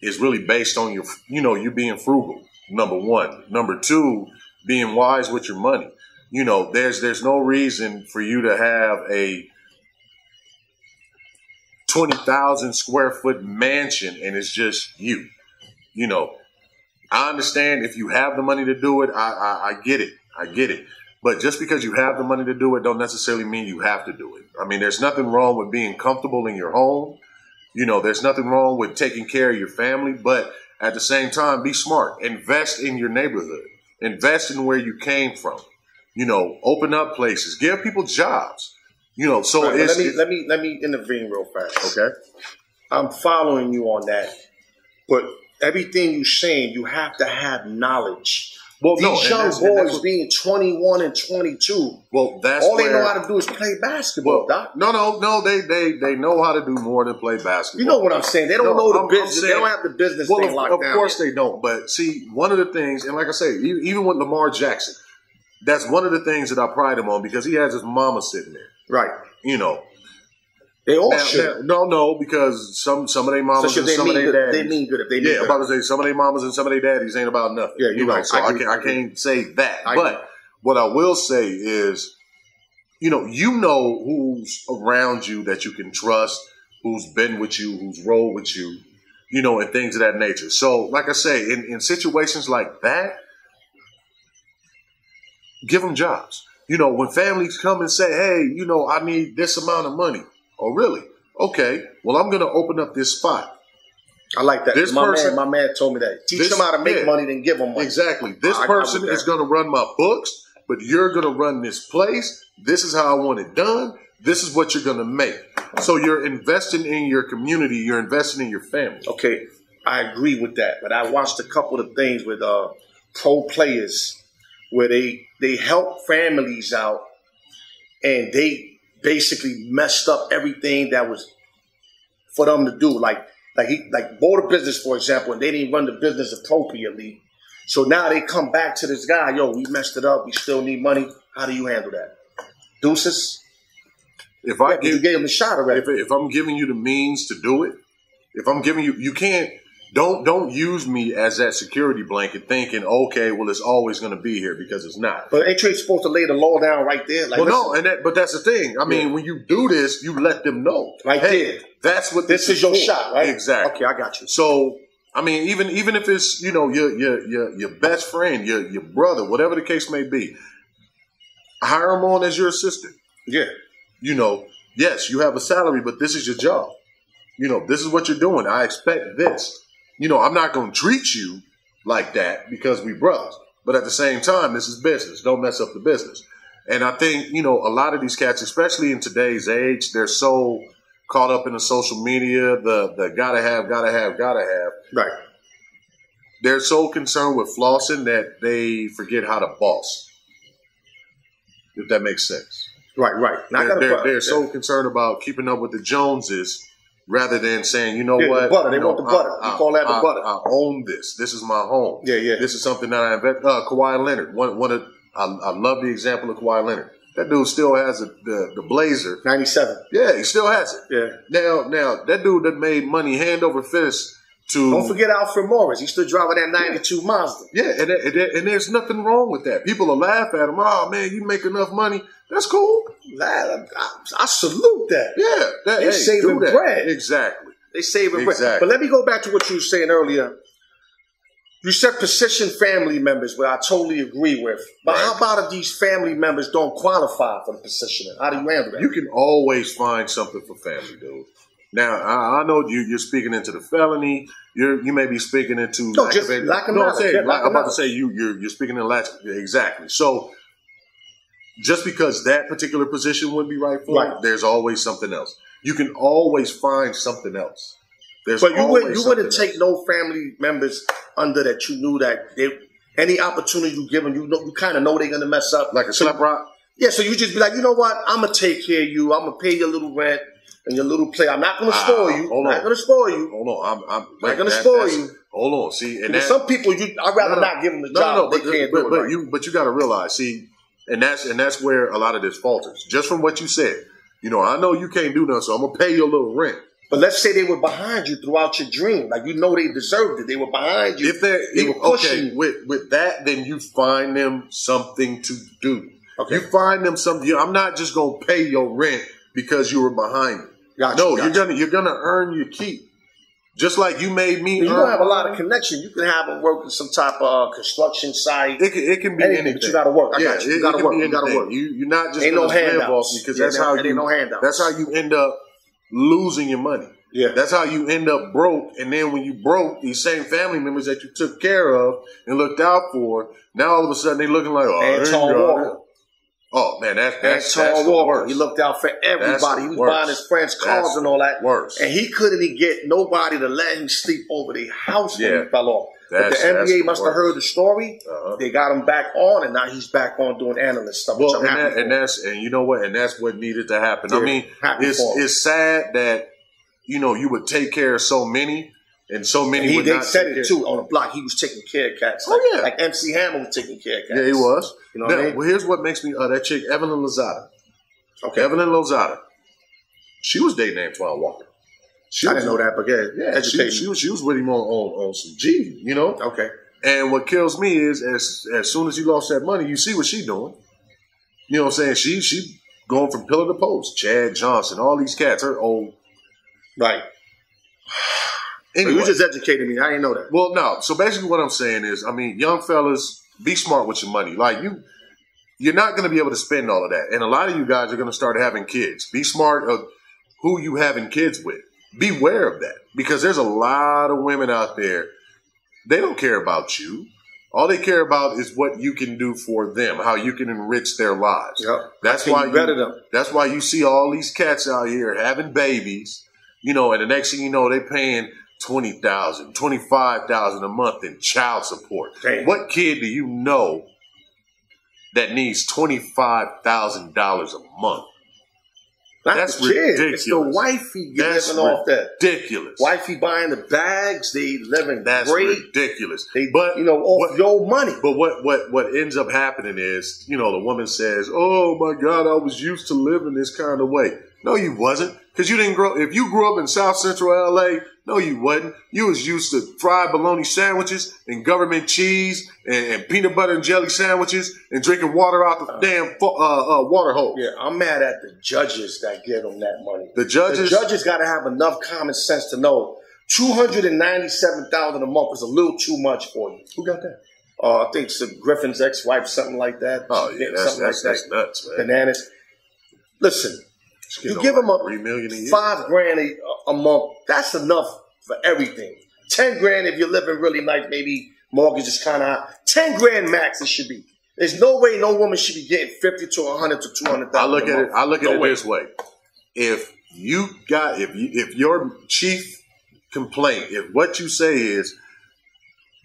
[SPEAKER 1] is really based on your you know, you being frugal, number one. Number two, being wise with your money. You know, there's there's no reason for you to have a twenty thousand square foot mansion and it's just you. You know, I understand if you have the money to do it. I, I I get it. I get it. But just because you have the money to do it, don't necessarily mean you have to do it. I mean, there's nothing wrong with being comfortable in your home. You know, there's nothing wrong with taking care of your family, but at the same time, be smart. Invest in your neighborhood. Invest in where you came from. You know, open up places. Give people jobs. You know, so
[SPEAKER 2] Right, but
[SPEAKER 1] it's,
[SPEAKER 2] let me
[SPEAKER 1] it's-
[SPEAKER 2] let me let me intervene real fast.
[SPEAKER 1] okay.
[SPEAKER 2] I'm following you on that, but everything you're saying, you have to have knowledge.
[SPEAKER 1] Well,
[SPEAKER 2] These
[SPEAKER 1] Oh, no, and
[SPEAKER 2] young
[SPEAKER 1] that's- and that's
[SPEAKER 2] boys
[SPEAKER 1] what-
[SPEAKER 2] being 21 and 22,
[SPEAKER 1] Well, that's
[SPEAKER 2] all they
[SPEAKER 1] where,
[SPEAKER 2] know how to do is play basketball. Doc.
[SPEAKER 1] No, no, no. They they they know how to do more than play basketball.
[SPEAKER 2] You know what I'm saying? They don't
[SPEAKER 1] No,
[SPEAKER 2] know the
[SPEAKER 1] I'm- I'm
[SPEAKER 2] business. they
[SPEAKER 1] saying-
[SPEAKER 2] don't have the business
[SPEAKER 1] well,
[SPEAKER 2] thing
[SPEAKER 1] of,
[SPEAKER 2] locked
[SPEAKER 1] of
[SPEAKER 2] down.
[SPEAKER 1] course they don't. But see, one of the things, and like I say, e- even with Lamar Jackson, that's one of the things that I pride him on because he has his mama sitting there.
[SPEAKER 2] right.
[SPEAKER 1] You know,
[SPEAKER 2] They all
[SPEAKER 1] Now-
[SPEAKER 2] should.
[SPEAKER 1] now- no, no, because some some of their
[SPEAKER 2] Oh, so
[SPEAKER 1] mamas
[SPEAKER 2] should
[SPEAKER 1] and
[SPEAKER 2] they
[SPEAKER 1] some
[SPEAKER 2] mean
[SPEAKER 1] of their
[SPEAKER 2] good?
[SPEAKER 1] daddies.
[SPEAKER 2] They mean good if they mean
[SPEAKER 1] yeah, I'm
[SPEAKER 2] good.
[SPEAKER 1] about to say some of their mamas and some of their daddies ain't about nothing.
[SPEAKER 2] Yeah, you're
[SPEAKER 1] you know,
[SPEAKER 2] right.
[SPEAKER 1] so
[SPEAKER 2] I
[SPEAKER 1] I,
[SPEAKER 2] agree.
[SPEAKER 1] can't, I can't say that.
[SPEAKER 2] I
[SPEAKER 1] but
[SPEAKER 2] agree.
[SPEAKER 1] what I will say is, you know, you know who's around you that you can trust, who's been with you, who's rolled with you, you know, and things of that nature. So, like I say, in, in situations like that, give them jobs. You know, when families come and say, hey, you know, I need this amount of money. Oh, really? Okay. Well, I'm going to open up this spot.
[SPEAKER 2] I like that.
[SPEAKER 1] This
[SPEAKER 2] my
[SPEAKER 1] person-
[SPEAKER 2] man, my man told me that. Teach
[SPEAKER 1] This-
[SPEAKER 2] them how to make
[SPEAKER 1] yeah.
[SPEAKER 2] money, then give them money.
[SPEAKER 1] Exactly. This
[SPEAKER 2] I- I
[SPEAKER 1] person
[SPEAKER 2] would
[SPEAKER 1] is going to run my books, but you're going to run this place. This is how I want it done. This is what you're going to make. So you're investing in your community. You're investing in your family.
[SPEAKER 2] okay, I agree with that. But I watched a couple of things with uh, pro players where they they help families out, and they basically messed up everything that was for them to do. Like like he like bought a business for example, and they didn't run the business appropriately. So now they come back to this guy, yo, we messed it up. We still need money. How do you handle that? Deuces.
[SPEAKER 1] If I
[SPEAKER 2] Yeah, but you
[SPEAKER 1] give,
[SPEAKER 2] gave him a shot already.
[SPEAKER 1] if, if I'm giving you the means to do it, if I'm giving you, you can't. Don't don't use me as that security blanket, thinking, okay, well, it's always going to be here because it's not.
[SPEAKER 2] But ain't you supposed to lay the law down right there? Like,
[SPEAKER 1] well,
[SPEAKER 2] listen,
[SPEAKER 1] no, and that, but that's the thing. I mean, when you do this, you let them know,
[SPEAKER 2] Right
[SPEAKER 1] hey,
[SPEAKER 2] there.
[SPEAKER 1] That's what
[SPEAKER 2] this is your
[SPEAKER 1] for.
[SPEAKER 2] shot, right?
[SPEAKER 1] Exactly.
[SPEAKER 2] Okay, I got you.
[SPEAKER 1] So I mean, even even if it's you know your your your, your best friend, your your brother, whatever the case may be, hire him on as your assistant.
[SPEAKER 2] Yeah.
[SPEAKER 1] You know, yes, you have a salary, but this is your job. You know, this is what you're doing. I expect this. You know, I'm not going to treat you like that because we brothers. But at the same time, this is business. Don't mess up the business. And I think you know a lot of these cats, especially in today's age, they're so caught up in the social media, the the gotta have, gotta have, gotta have
[SPEAKER 2] Right.
[SPEAKER 1] they're so concerned with flossing that they forget how to boss. If that makes sense.
[SPEAKER 2] Right, right. Now, I
[SPEAKER 1] They're,
[SPEAKER 2] got a
[SPEAKER 1] they're-
[SPEAKER 2] brother.
[SPEAKER 1] they're so concerned about keeping up with the Joneses rather than saying, you know
[SPEAKER 2] Yeah, the
[SPEAKER 1] what?
[SPEAKER 2] butter. They
[SPEAKER 1] You know,
[SPEAKER 2] want the butter. We call that the
[SPEAKER 1] I-
[SPEAKER 2] butter.
[SPEAKER 1] I own this. This is my home.
[SPEAKER 2] Yeah, yeah.
[SPEAKER 1] This is something that I invent. Uh, Kawhi Leonard. One, one of, I, I love the example of Kawhi Leonard. That dude still has a, the, the blazer.
[SPEAKER 2] 97.
[SPEAKER 1] Yeah, he still has it.
[SPEAKER 2] Yeah.
[SPEAKER 1] Now, now that dude that made money hand over fist to
[SPEAKER 2] Don't forget Alfred Morris. He's still driving that 92 Mazda.
[SPEAKER 1] Yeah, and, and, and there's nothing wrong with that. People will laugh at him. Oh man, you make enough money. That's cool.
[SPEAKER 2] Man, I, I salute that.
[SPEAKER 1] Yeah, that,
[SPEAKER 2] They
[SPEAKER 1] hey,
[SPEAKER 2] saving
[SPEAKER 1] do that.
[SPEAKER 2] bread.
[SPEAKER 1] Exactly.
[SPEAKER 2] They saving bread.
[SPEAKER 1] Exactly.
[SPEAKER 2] But let me go back to what you were saying earlier. You said position family members, which I totally agree with. But how about if these family members don't qualify for the position? How do you handle that?
[SPEAKER 1] You can always find something for family, dude. Now I, I know you, you're speaking into the felony. You're you may be speaking into
[SPEAKER 2] No, just lack of
[SPEAKER 1] no, I'm
[SPEAKER 2] knowledge.
[SPEAKER 1] saying
[SPEAKER 2] Yeah, lack
[SPEAKER 1] like,
[SPEAKER 2] of
[SPEAKER 1] I'm about to
[SPEAKER 2] knowledge.
[SPEAKER 1] say you you're you're speaking in lack exactly. So just because that particular position wouldn't be right for you,
[SPEAKER 2] Right.
[SPEAKER 1] there's always something else. You can always find something else. There's
[SPEAKER 2] but you wouldn't
[SPEAKER 1] always
[SPEAKER 2] you wouldn't
[SPEAKER 1] something
[SPEAKER 2] take no family members under that you knew that they, any opportunity you give them, you know you kind of know they're gonna mess up.
[SPEAKER 1] else. like a
[SPEAKER 2] so,
[SPEAKER 1] slap rock.
[SPEAKER 2] yeah, so you just be like, you know what? I'm gonna take care of you. I'm gonna pay your little rent and your little play. I'm not gonna
[SPEAKER 1] Ah,
[SPEAKER 2] spoil you. I'm
[SPEAKER 1] hold
[SPEAKER 2] not
[SPEAKER 1] on.
[SPEAKER 2] gonna spoil you.
[SPEAKER 1] Hold on, I'm I'm
[SPEAKER 2] Not gonna
[SPEAKER 1] that-
[SPEAKER 2] spoil
[SPEAKER 1] that's-
[SPEAKER 2] you.
[SPEAKER 1] Hold on, see, and that,
[SPEAKER 2] Because some people, you I'd rather
[SPEAKER 1] No, no.
[SPEAKER 2] not give them the
[SPEAKER 1] No,
[SPEAKER 2] job.
[SPEAKER 1] no, but,
[SPEAKER 2] they can't
[SPEAKER 1] but,
[SPEAKER 2] do it
[SPEAKER 1] but
[SPEAKER 2] right.
[SPEAKER 1] you but you got to realize, see, and that's and that's where a lot of this falters. Just from what you said, you know, I know you can't do nothing, so I'm gonna pay your little rent.
[SPEAKER 2] But let's say they were behind you throughout your dream. Like you know they deserved it. They were behind you.
[SPEAKER 1] If they're
[SPEAKER 2] They
[SPEAKER 1] if-
[SPEAKER 2] were pushing
[SPEAKER 1] okay
[SPEAKER 2] you.
[SPEAKER 1] with with that, then you find them something to do.
[SPEAKER 2] Okay.
[SPEAKER 1] You find them something. you- I'm not just gonna pay your rent because you were behind me.
[SPEAKER 2] Gotcha,
[SPEAKER 1] no,
[SPEAKER 2] gotcha.
[SPEAKER 1] you're gonna you're gonna earn your keep. Just like you made me.
[SPEAKER 2] you
[SPEAKER 1] earn
[SPEAKER 2] don't have a lot
[SPEAKER 1] mine.
[SPEAKER 2] of connection. You can have them work in some type of uh, construction site.
[SPEAKER 1] It can, it can be
[SPEAKER 2] Anything,
[SPEAKER 1] anything,
[SPEAKER 2] but you gotta work. I got you. You
[SPEAKER 1] it-
[SPEAKER 2] gotta
[SPEAKER 1] it can
[SPEAKER 2] work.
[SPEAKER 1] be
[SPEAKER 2] You gotta
[SPEAKER 1] anything.
[SPEAKER 2] work.
[SPEAKER 1] You you're not just
[SPEAKER 2] Ain't
[SPEAKER 1] gonna
[SPEAKER 2] no
[SPEAKER 1] live
[SPEAKER 2] handouts.
[SPEAKER 1] off because
[SPEAKER 2] Yeah,
[SPEAKER 1] that's
[SPEAKER 2] there-
[SPEAKER 1] how
[SPEAKER 2] it
[SPEAKER 1] you
[SPEAKER 2] ain't no handouts.
[SPEAKER 1] that's how you end up losing your money.
[SPEAKER 2] Yeah.
[SPEAKER 1] That's how you end up broke, and then when you broke, these same family members that you took care of and looked out for, now all of a sudden they looking like oh, there you
[SPEAKER 2] Anton
[SPEAKER 1] go.
[SPEAKER 2] Walker.
[SPEAKER 1] Oh man, that's that's, that's
[SPEAKER 2] Anton
[SPEAKER 1] the
[SPEAKER 2] Walker.
[SPEAKER 1] worst.
[SPEAKER 2] He looked out for everybody.
[SPEAKER 1] the
[SPEAKER 2] He was
[SPEAKER 1] worst.
[SPEAKER 2] buying his friends cars
[SPEAKER 1] That's
[SPEAKER 2] and all that.
[SPEAKER 1] worst.
[SPEAKER 2] And he couldn't get nobody to let him sleep over the house when
[SPEAKER 1] Yeah.
[SPEAKER 2] he fell off. But the
[SPEAKER 1] That's- that's
[SPEAKER 2] NBA
[SPEAKER 1] the
[SPEAKER 2] must have
[SPEAKER 1] worst.
[SPEAKER 2] heard the story.
[SPEAKER 1] Uh-huh.
[SPEAKER 2] They got him back on, and now he's back on doing analyst stuff.
[SPEAKER 1] Well,
[SPEAKER 2] which I'm
[SPEAKER 1] and,
[SPEAKER 2] happy
[SPEAKER 1] that,
[SPEAKER 2] for.
[SPEAKER 1] and that's and you know what, and that's what needed to happen. I
[SPEAKER 2] Yeah,
[SPEAKER 1] mean,
[SPEAKER 2] happy
[SPEAKER 1] it's
[SPEAKER 2] for him.
[SPEAKER 1] it's sad that you know you would take care of so many, and so many
[SPEAKER 2] And he,
[SPEAKER 1] would
[SPEAKER 2] they
[SPEAKER 1] not
[SPEAKER 2] said
[SPEAKER 1] take
[SPEAKER 2] it
[SPEAKER 1] care-
[SPEAKER 2] too on the block. He was taking care of cats.
[SPEAKER 1] Oh,
[SPEAKER 2] Like,
[SPEAKER 1] yeah.
[SPEAKER 2] like MC Hammer was taking care of cats.
[SPEAKER 1] Yeah, he was.
[SPEAKER 2] You know what I
[SPEAKER 1] Now,
[SPEAKER 2] mean?
[SPEAKER 1] Well, here's what makes me uh, that chick Evelyn Lozada.
[SPEAKER 2] Okay,
[SPEAKER 1] Evelyn Lozada. She was dating Antoine Walker. She
[SPEAKER 2] I
[SPEAKER 1] was-
[SPEAKER 2] didn't know that, but yeah,
[SPEAKER 1] Yeah, she,
[SPEAKER 2] education.
[SPEAKER 1] she was she was with him on, on, on some G, you know.
[SPEAKER 2] okay,
[SPEAKER 1] And what kills me is as as soon as you lost that money, you see what she doing. You know what I'm saying? She she going from pillar to post. Chad Johnson, all these cats, her old.
[SPEAKER 2] right.
[SPEAKER 1] Anyway,
[SPEAKER 2] You just educated me. I didn't know that.
[SPEAKER 1] Well, no. So basically, what I'm saying is, I mean, young fellas, be smart with your money. Like you, you're not going to be able to spend all of that, and a lot of you guys are going to start having kids. Be smart of who you having kids with. Beware of that because there's a lot of women out there. They don't care about you. All they care about is what you can do for them, how you can enrich their lives.
[SPEAKER 2] Yep.
[SPEAKER 1] That's
[SPEAKER 2] Can
[SPEAKER 1] why
[SPEAKER 2] you better
[SPEAKER 1] you,
[SPEAKER 2] them?
[SPEAKER 1] that's why you see all these cats out here having babies, you know, and the next thing you know, they paying 20000 25000 a month in child support.
[SPEAKER 2] Damn.
[SPEAKER 1] What kid do you know that needs $25,000 a month?
[SPEAKER 2] Not
[SPEAKER 1] That's
[SPEAKER 2] the kid. It's the
[SPEAKER 1] ridiculous.
[SPEAKER 2] wifey
[SPEAKER 1] That's
[SPEAKER 2] giving off that.
[SPEAKER 1] Ridiculous.
[SPEAKER 2] Wifey buying the bags. They living
[SPEAKER 1] That's
[SPEAKER 2] great.
[SPEAKER 1] ridiculous.
[SPEAKER 2] They,
[SPEAKER 1] but
[SPEAKER 2] you know, off
[SPEAKER 1] what-
[SPEAKER 2] your money.
[SPEAKER 1] But what, what what ends up happening is, you know, the woman says, "Oh my God, I was used to living this kind of way." No, you wasn't, because you didn't grow. If you grew up in South Central LA, no, you wasn't. You was used to fried bologna sandwiches and government cheese and, and peanut butter and jelly sandwiches and drinking water out the damn fu- uh, uh, water hole.
[SPEAKER 2] Yeah, I'm mad at the judges that give them that money.
[SPEAKER 1] The judges,
[SPEAKER 2] the judges got to have enough common sense to know two hundred and ninety-seven thousand a month is a little too much for you.
[SPEAKER 1] who got that?
[SPEAKER 2] Uh, I think it's Griffin's ex-wife, something like that.
[SPEAKER 1] Oh yeah, that's
[SPEAKER 2] something
[SPEAKER 1] that's,
[SPEAKER 2] like
[SPEAKER 1] that's nuts,
[SPEAKER 2] that.
[SPEAKER 1] man.
[SPEAKER 2] Bananas. Listen, you give them a
[SPEAKER 1] three million a year.
[SPEAKER 2] five grand a, a month. That's enough for everything. Ten grand if you're living really nice. Maybe mortgage is kind of high. Ten grand max. It should be. There's no way no woman should be getting fifty to a hundred to two hundred
[SPEAKER 1] I
[SPEAKER 2] thousand.
[SPEAKER 1] look
[SPEAKER 2] a
[SPEAKER 1] at it.
[SPEAKER 2] month.
[SPEAKER 1] I look at
[SPEAKER 2] No
[SPEAKER 1] it
[SPEAKER 2] way.
[SPEAKER 1] this way: if you got, if you, if your chief complaint, if what you say is,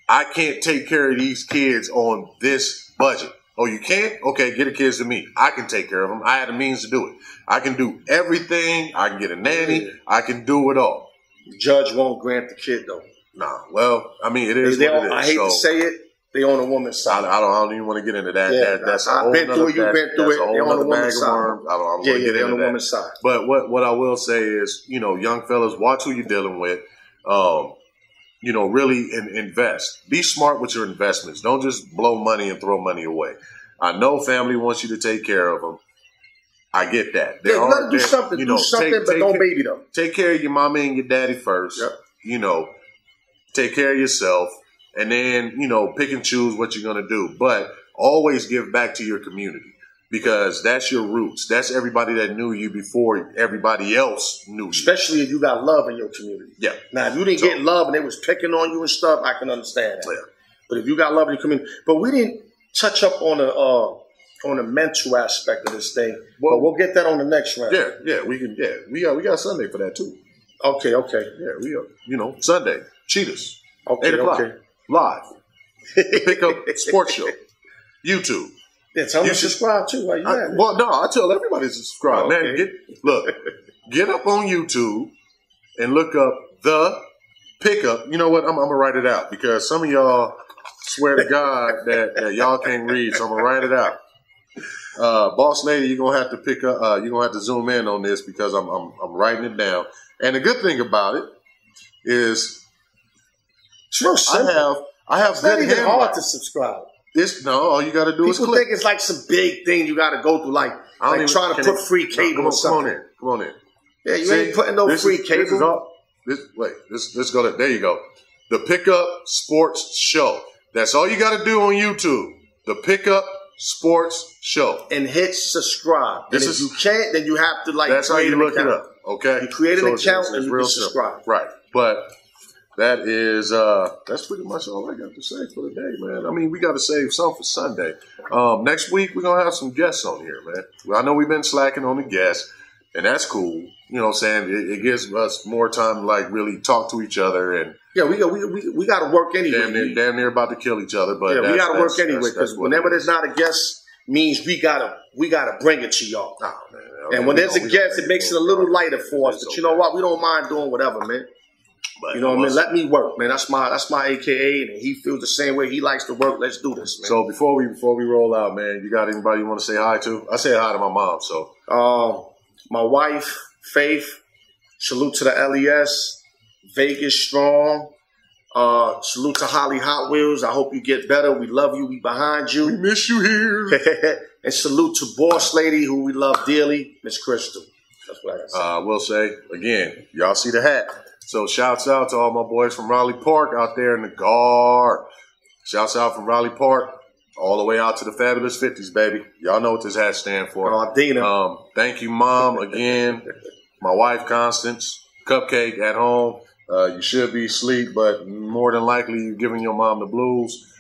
[SPEAKER 1] I can't take care of these kids on this budget. Oh, you can't? Okay, get the kids to me. I can take care of them. I had the means to do it. I can do everything. I can get a nanny. I can do it all.
[SPEAKER 2] Judge won't grant the kid though.
[SPEAKER 1] Nah, well, I mean, it
[SPEAKER 2] They,
[SPEAKER 1] is
[SPEAKER 2] they
[SPEAKER 1] what
[SPEAKER 2] on-
[SPEAKER 1] it is.
[SPEAKER 2] I hate
[SPEAKER 1] so
[SPEAKER 2] to say it. They on a woman's
[SPEAKER 1] I,
[SPEAKER 2] side.
[SPEAKER 1] I don't, I don't even want to get into that.
[SPEAKER 2] Yeah,
[SPEAKER 1] that that's a
[SPEAKER 2] I've
[SPEAKER 1] whole
[SPEAKER 2] been through
[SPEAKER 1] nother-
[SPEAKER 2] it, you've
[SPEAKER 1] that-
[SPEAKER 2] been through
[SPEAKER 1] that's
[SPEAKER 2] it.
[SPEAKER 1] a
[SPEAKER 2] They're
[SPEAKER 1] whole
[SPEAKER 2] on the
[SPEAKER 1] nother
[SPEAKER 2] woman's
[SPEAKER 1] bag of
[SPEAKER 2] side.
[SPEAKER 1] worms. I don't, I don't
[SPEAKER 2] yeah,
[SPEAKER 1] want to
[SPEAKER 2] yeah,
[SPEAKER 1] get
[SPEAKER 2] they on
[SPEAKER 1] into
[SPEAKER 2] the
[SPEAKER 1] that.
[SPEAKER 2] woman's side.
[SPEAKER 1] But what what I will say is, you know, young fellas, watch who you're dealing with. Um, you know, really in, invest. Be smart with your investments. Don't just blow money and throw money away. I know family wants you to take care of them. I get that. There
[SPEAKER 2] yeah,
[SPEAKER 1] are-
[SPEAKER 2] let them do
[SPEAKER 1] there-
[SPEAKER 2] something.
[SPEAKER 1] you know,
[SPEAKER 2] do something,
[SPEAKER 1] take-
[SPEAKER 2] but
[SPEAKER 1] take
[SPEAKER 2] don't
[SPEAKER 1] care-
[SPEAKER 2] baby them.
[SPEAKER 1] take care of your mama and your daddy first.
[SPEAKER 2] Yep.
[SPEAKER 1] You know, take care of yourself, and then you know, pick and choose what you're gonna do. But always give back to your community because that's your roots. That's everybody that knew you before everybody else knew you.
[SPEAKER 2] Especially if you got love in your community.
[SPEAKER 1] Yeah.
[SPEAKER 2] Now, if you didn't get love and they was picking on you and stuff, I can understand that.
[SPEAKER 1] Yeah.
[SPEAKER 2] But if you got love in your community, but we didn't touch up on the uh, on the mental aspect of this thing.
[SPEAKER 1] Well-
[SPEAKER 2] but we'll get that on the next round.
[SPEAKER 1] Yeah, yeah, we can. Yeah, we got we got Sunday for that too.
[SPEAKER 2] Okay. Okay.
[SPEAKER 1] Yeah, we are. You know, Sunday, Cheetahs,
[SPEAKER 2] Okay.
[SPEAKER 1] eight o'clock,
[SPEAKER 2] Okay.
[SPEAKER 1] live. [LAUGHS] Pick up sports show, YouTube.
[SPEAKER 2] Yeah, tell them
[SPEAKER 1] You
[SPEAKER 2] to
[SPEAKER 1] should-
[SPEAKER 2] subscribe too. While you
[SPEAKER 1] I-
[SPEAKER 2] at it.
[SPEAKER 1] well, no, I tell everybody to subscribe.
[SPEAKER 2] Oh,
[SPEAKER 1] Man,
[SPEAKER 2] okay.
[SPEAKER 1] get look, get up on YouTube and look up the pickup. You know what? I'm, I'm gonna write it out because some of y'all swear to God that, that y'all can't read, so I'm gonna write it out. Uh, boss lady, you're gonna have to pick up. Uh, you're gonna have to zoom in on this because I'm, I'm I'm writing it down. And the good thing about it is
[SPEAKER 2] It's real
[SPEAKER 1] I
[SPEAKER 2] simple.
[SPEAKER 1] have I have
[SPEAKER 2] it's not
[SPEAKER 1] good
[SPEAKER 2] even hard
[SPEAKER 1] handwriting.
[SPEAKER 2] to subscribe.
[SPEAKER 1] This no, all you got to do is
[SPEAKER 2] People
[SPEAKER 1] click.
[SPEAKER 2] think it's like some big thing you got to go through, like
[SPEAKER 1] I don't
[SPEAKER 2] like
[SPEAKER 1] even-
[SPEAKER 2] trying to
[SPEAKER 1] can
[SPEAKER 2] put
[SPEAKER 1] it-
[SPEAKER 2] free
[SPEAKER 1] no,
[SPEAKER 2] cable
[SPEAKER 1] come on,
[SPEAKER 2] or
[SPEAKER 1] come on
[SPEAKER 2] something.
[SPEAKER 1] in. Come on in.
[SPEAKER 2] Yeah, you
[SPEAKER 1] See,
[SPEAKER 2] ain't putting no
[SPEAKER 1] this
[SPEAKER 2] free
[SPEAKER 1] is- This, is
[SPEAKER 2] cable.
[SPEAKER 1] all, this wait, this let's go there. There you go. The pickup sports show. That's all you got to do on YouTube. The pickup sports show.
[SPEAKER 2] and hit subscribe.
[SPEAKER 1] This
[SPEAKER 2] and
[SPEAKER 1] is-
[SPEAKER 2] if you can't, then you have to like
[SPEAKER 1] That's how
[SPEAKER 2] create
[SPEAKER 1] you
[SPEAKER 2] an
[SPEAKER 1] look it
[SPEAKER 2] account.
[SPEAKER 1] up. Okay,
[SPEAKER 2] You create an
[SPEAKER 1] So it's-
[SPEAKER 2] account
[SPEAKER 1] it's-
[SPEAKER 2] and
[SPEAKER 1] it's
[SPEAKER 2] you
[SPEAKER 1] real
[SPEAKER 2] can
[SPEAKER 1] simple.
[SPEAKER 2] subscribe.
[SPEAKER 1] Right, but that is uh that's pretty much all I got to say for the day, man. I mean, we got to save some for Sunday. Um, next week we're gonna have some guests on here, man. Well, I know we've been slacking on the guests, and that's cool. You know, what I'm saying it, it gives us more time to like really talk to each other and
[SPEAKER 2] Yeah, we got we, we, we got to work anyway.
[SPEAKER 1] damn near, damn near about to kill each other. But
[SPEAKER 2] yeah, we
[SPEAKER 1] that's-
[SPEAKER 2] got to work
[SPEAKER 1] that's-
[SPEAKER 2] anyway
[SPEAKER 1] that's- that's
[SPEAKER 2] because
[SPEAKER 1] what
[SPEAKER 2] whenever
[SPEAKER 1] it
[SPEAKER 2] there's
[SPEAKER 1] is.
[SPEAKER 2] not a guest, means we gotta we gotta bring it to y'all.
[SPEAKER 1] Nah, man, I mean,
[SPEAKER 2] And when
[SPEAKER 1] we
[SPEAKER 2] there's
[SPEAKER 1] don't-
[SPEAKER 2] a
[SPEAKER 1] we don't
[SPEAKER 2] guest,
[SPEAKER 1] make
[SPEAKER 2] it makes it a
[SPEAKER 1] no
[SPEAKER 2] little
[SPEAKER 1] problem.
[SPEAKER 2] lighter for us.
[SPEAKER 1] It's
[SPEAKER 2] But you know
[SPEAKER 1] okay.
[SPEAKER 2] what? We don't mind doing whatever, man.
[SPEAKER 1] But
[SPEAKER 2] You know what I mean?
[SPEAKER 1] once-
[SPEAKER 2] Let me work, man. That's my that's my AKA, and he feels the same way. He likes to work. Let's do this, man.
[SPEAKER 1] So before we before we roll out, man, you got anybody you want to say hi to? I said hi to my mom, so
[SPEAKER 2] Um, my wife, Faith, salute to the LES, Vegas Strong. Uh, salute to Holly Hot Wheels. I hope you get better. We love you. We behind you.
[SPEAKER 1] miss you here.
[SPEAKER 2] [LAUGHS] and salute to Boss Lady, who we love dearly, Miss Crystal. That's what I got to say.
[SPEAKER 1] Uh, I will say again, y'all see the hat. So shouts out to all my boys from Raleigh Park out there in the guard. Shouts out from Raleigh Park all the way out to the fabulous fifties, baby. Y'all know what this hat stand for.
[SPEAKER 2] Uh, Dina,
[SPEAKER 1] Um, thank you, mom. Again, my wife Constance, cupcake at home. Uh, you should be asleep, but more than likely you're giving your mom the blues.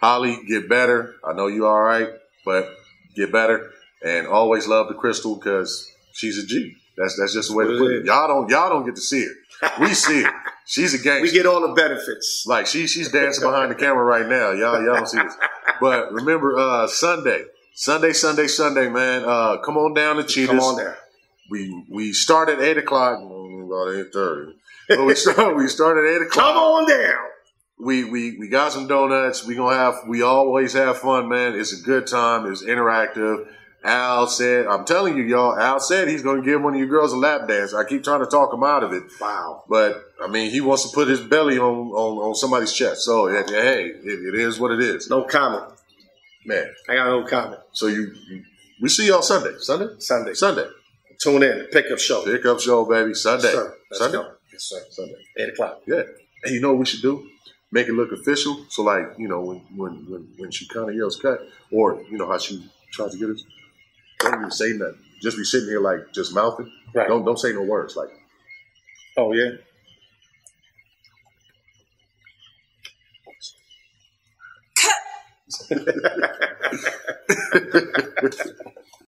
[SPEAKER 1] Holly, get better. I know you all right, but get better. And always love the crystal because she's a G. That's that's just the way to put it. Y'all don't y'all don't get to see her. We see her. She's a gangster.
[SPEAKER 2] we get all the benefits.
[SPEAKER 1] Like she she's dancing behind the camera right now. Y'all y'all don't see this. But remember uh Sunday. Sunday, Sunday, Sunday, man. Uh come on down to Cheetahs.
[SPEAKER 2] Come on there.
[SPEAKER 1] We we start at eight o'clock, mm, about eight thirty. But we start we start at eight o'clock.
[SPEAKER 2] Come on down.
[SPEAKER 1] We we we got some donuts. We gonna have we always have fun, man. It's a good time, it's interactive. Al said, I'm telling you, y'all, Al said he's gonna give one of you girls a lap dance. I keep trying to talk him out of it.
[SPEAKER 2] Wow.
[SPEAKER 1] But I mean, he wants to put his belly on on, on somebody's chest. So eh, eh, hey, it, it is what it is,
[SPEAKER 2] No comment.
[SPEAKER 1] man.
[SPEAKER 2] I got no comment.
[SPEAKER 1] So you, you we see y'all Sunday, Sunday,
[SPEAKER 2] Sunday.
[SPEAKER 1] Sunday.
[SPEAKER 2] Tune in. Pickup show.
[SPEAKER 1] Pick up show, baby. Sunday,
[SPEAKER 2] Yes, sir. Let's
[SPEAKER 1] Sunday,
[SPEAKER 2] go. Yes, sir.
[SPEAKER 1] Sunday.
[SPEAKER 2] Eight o'clock.
[SPEAKER 1] Yeah. And you know what we should do? Make it look official. So like, you know, when when when, when she kinda yells cut, or you know how she tries to get us, don't even say nothing. Just be sitting here like just mouthing.
[SPEAKER 2] Right.
[SPEAKER 1] Don't don't say no words. Like
[SPEAKER 2] Oh yeah.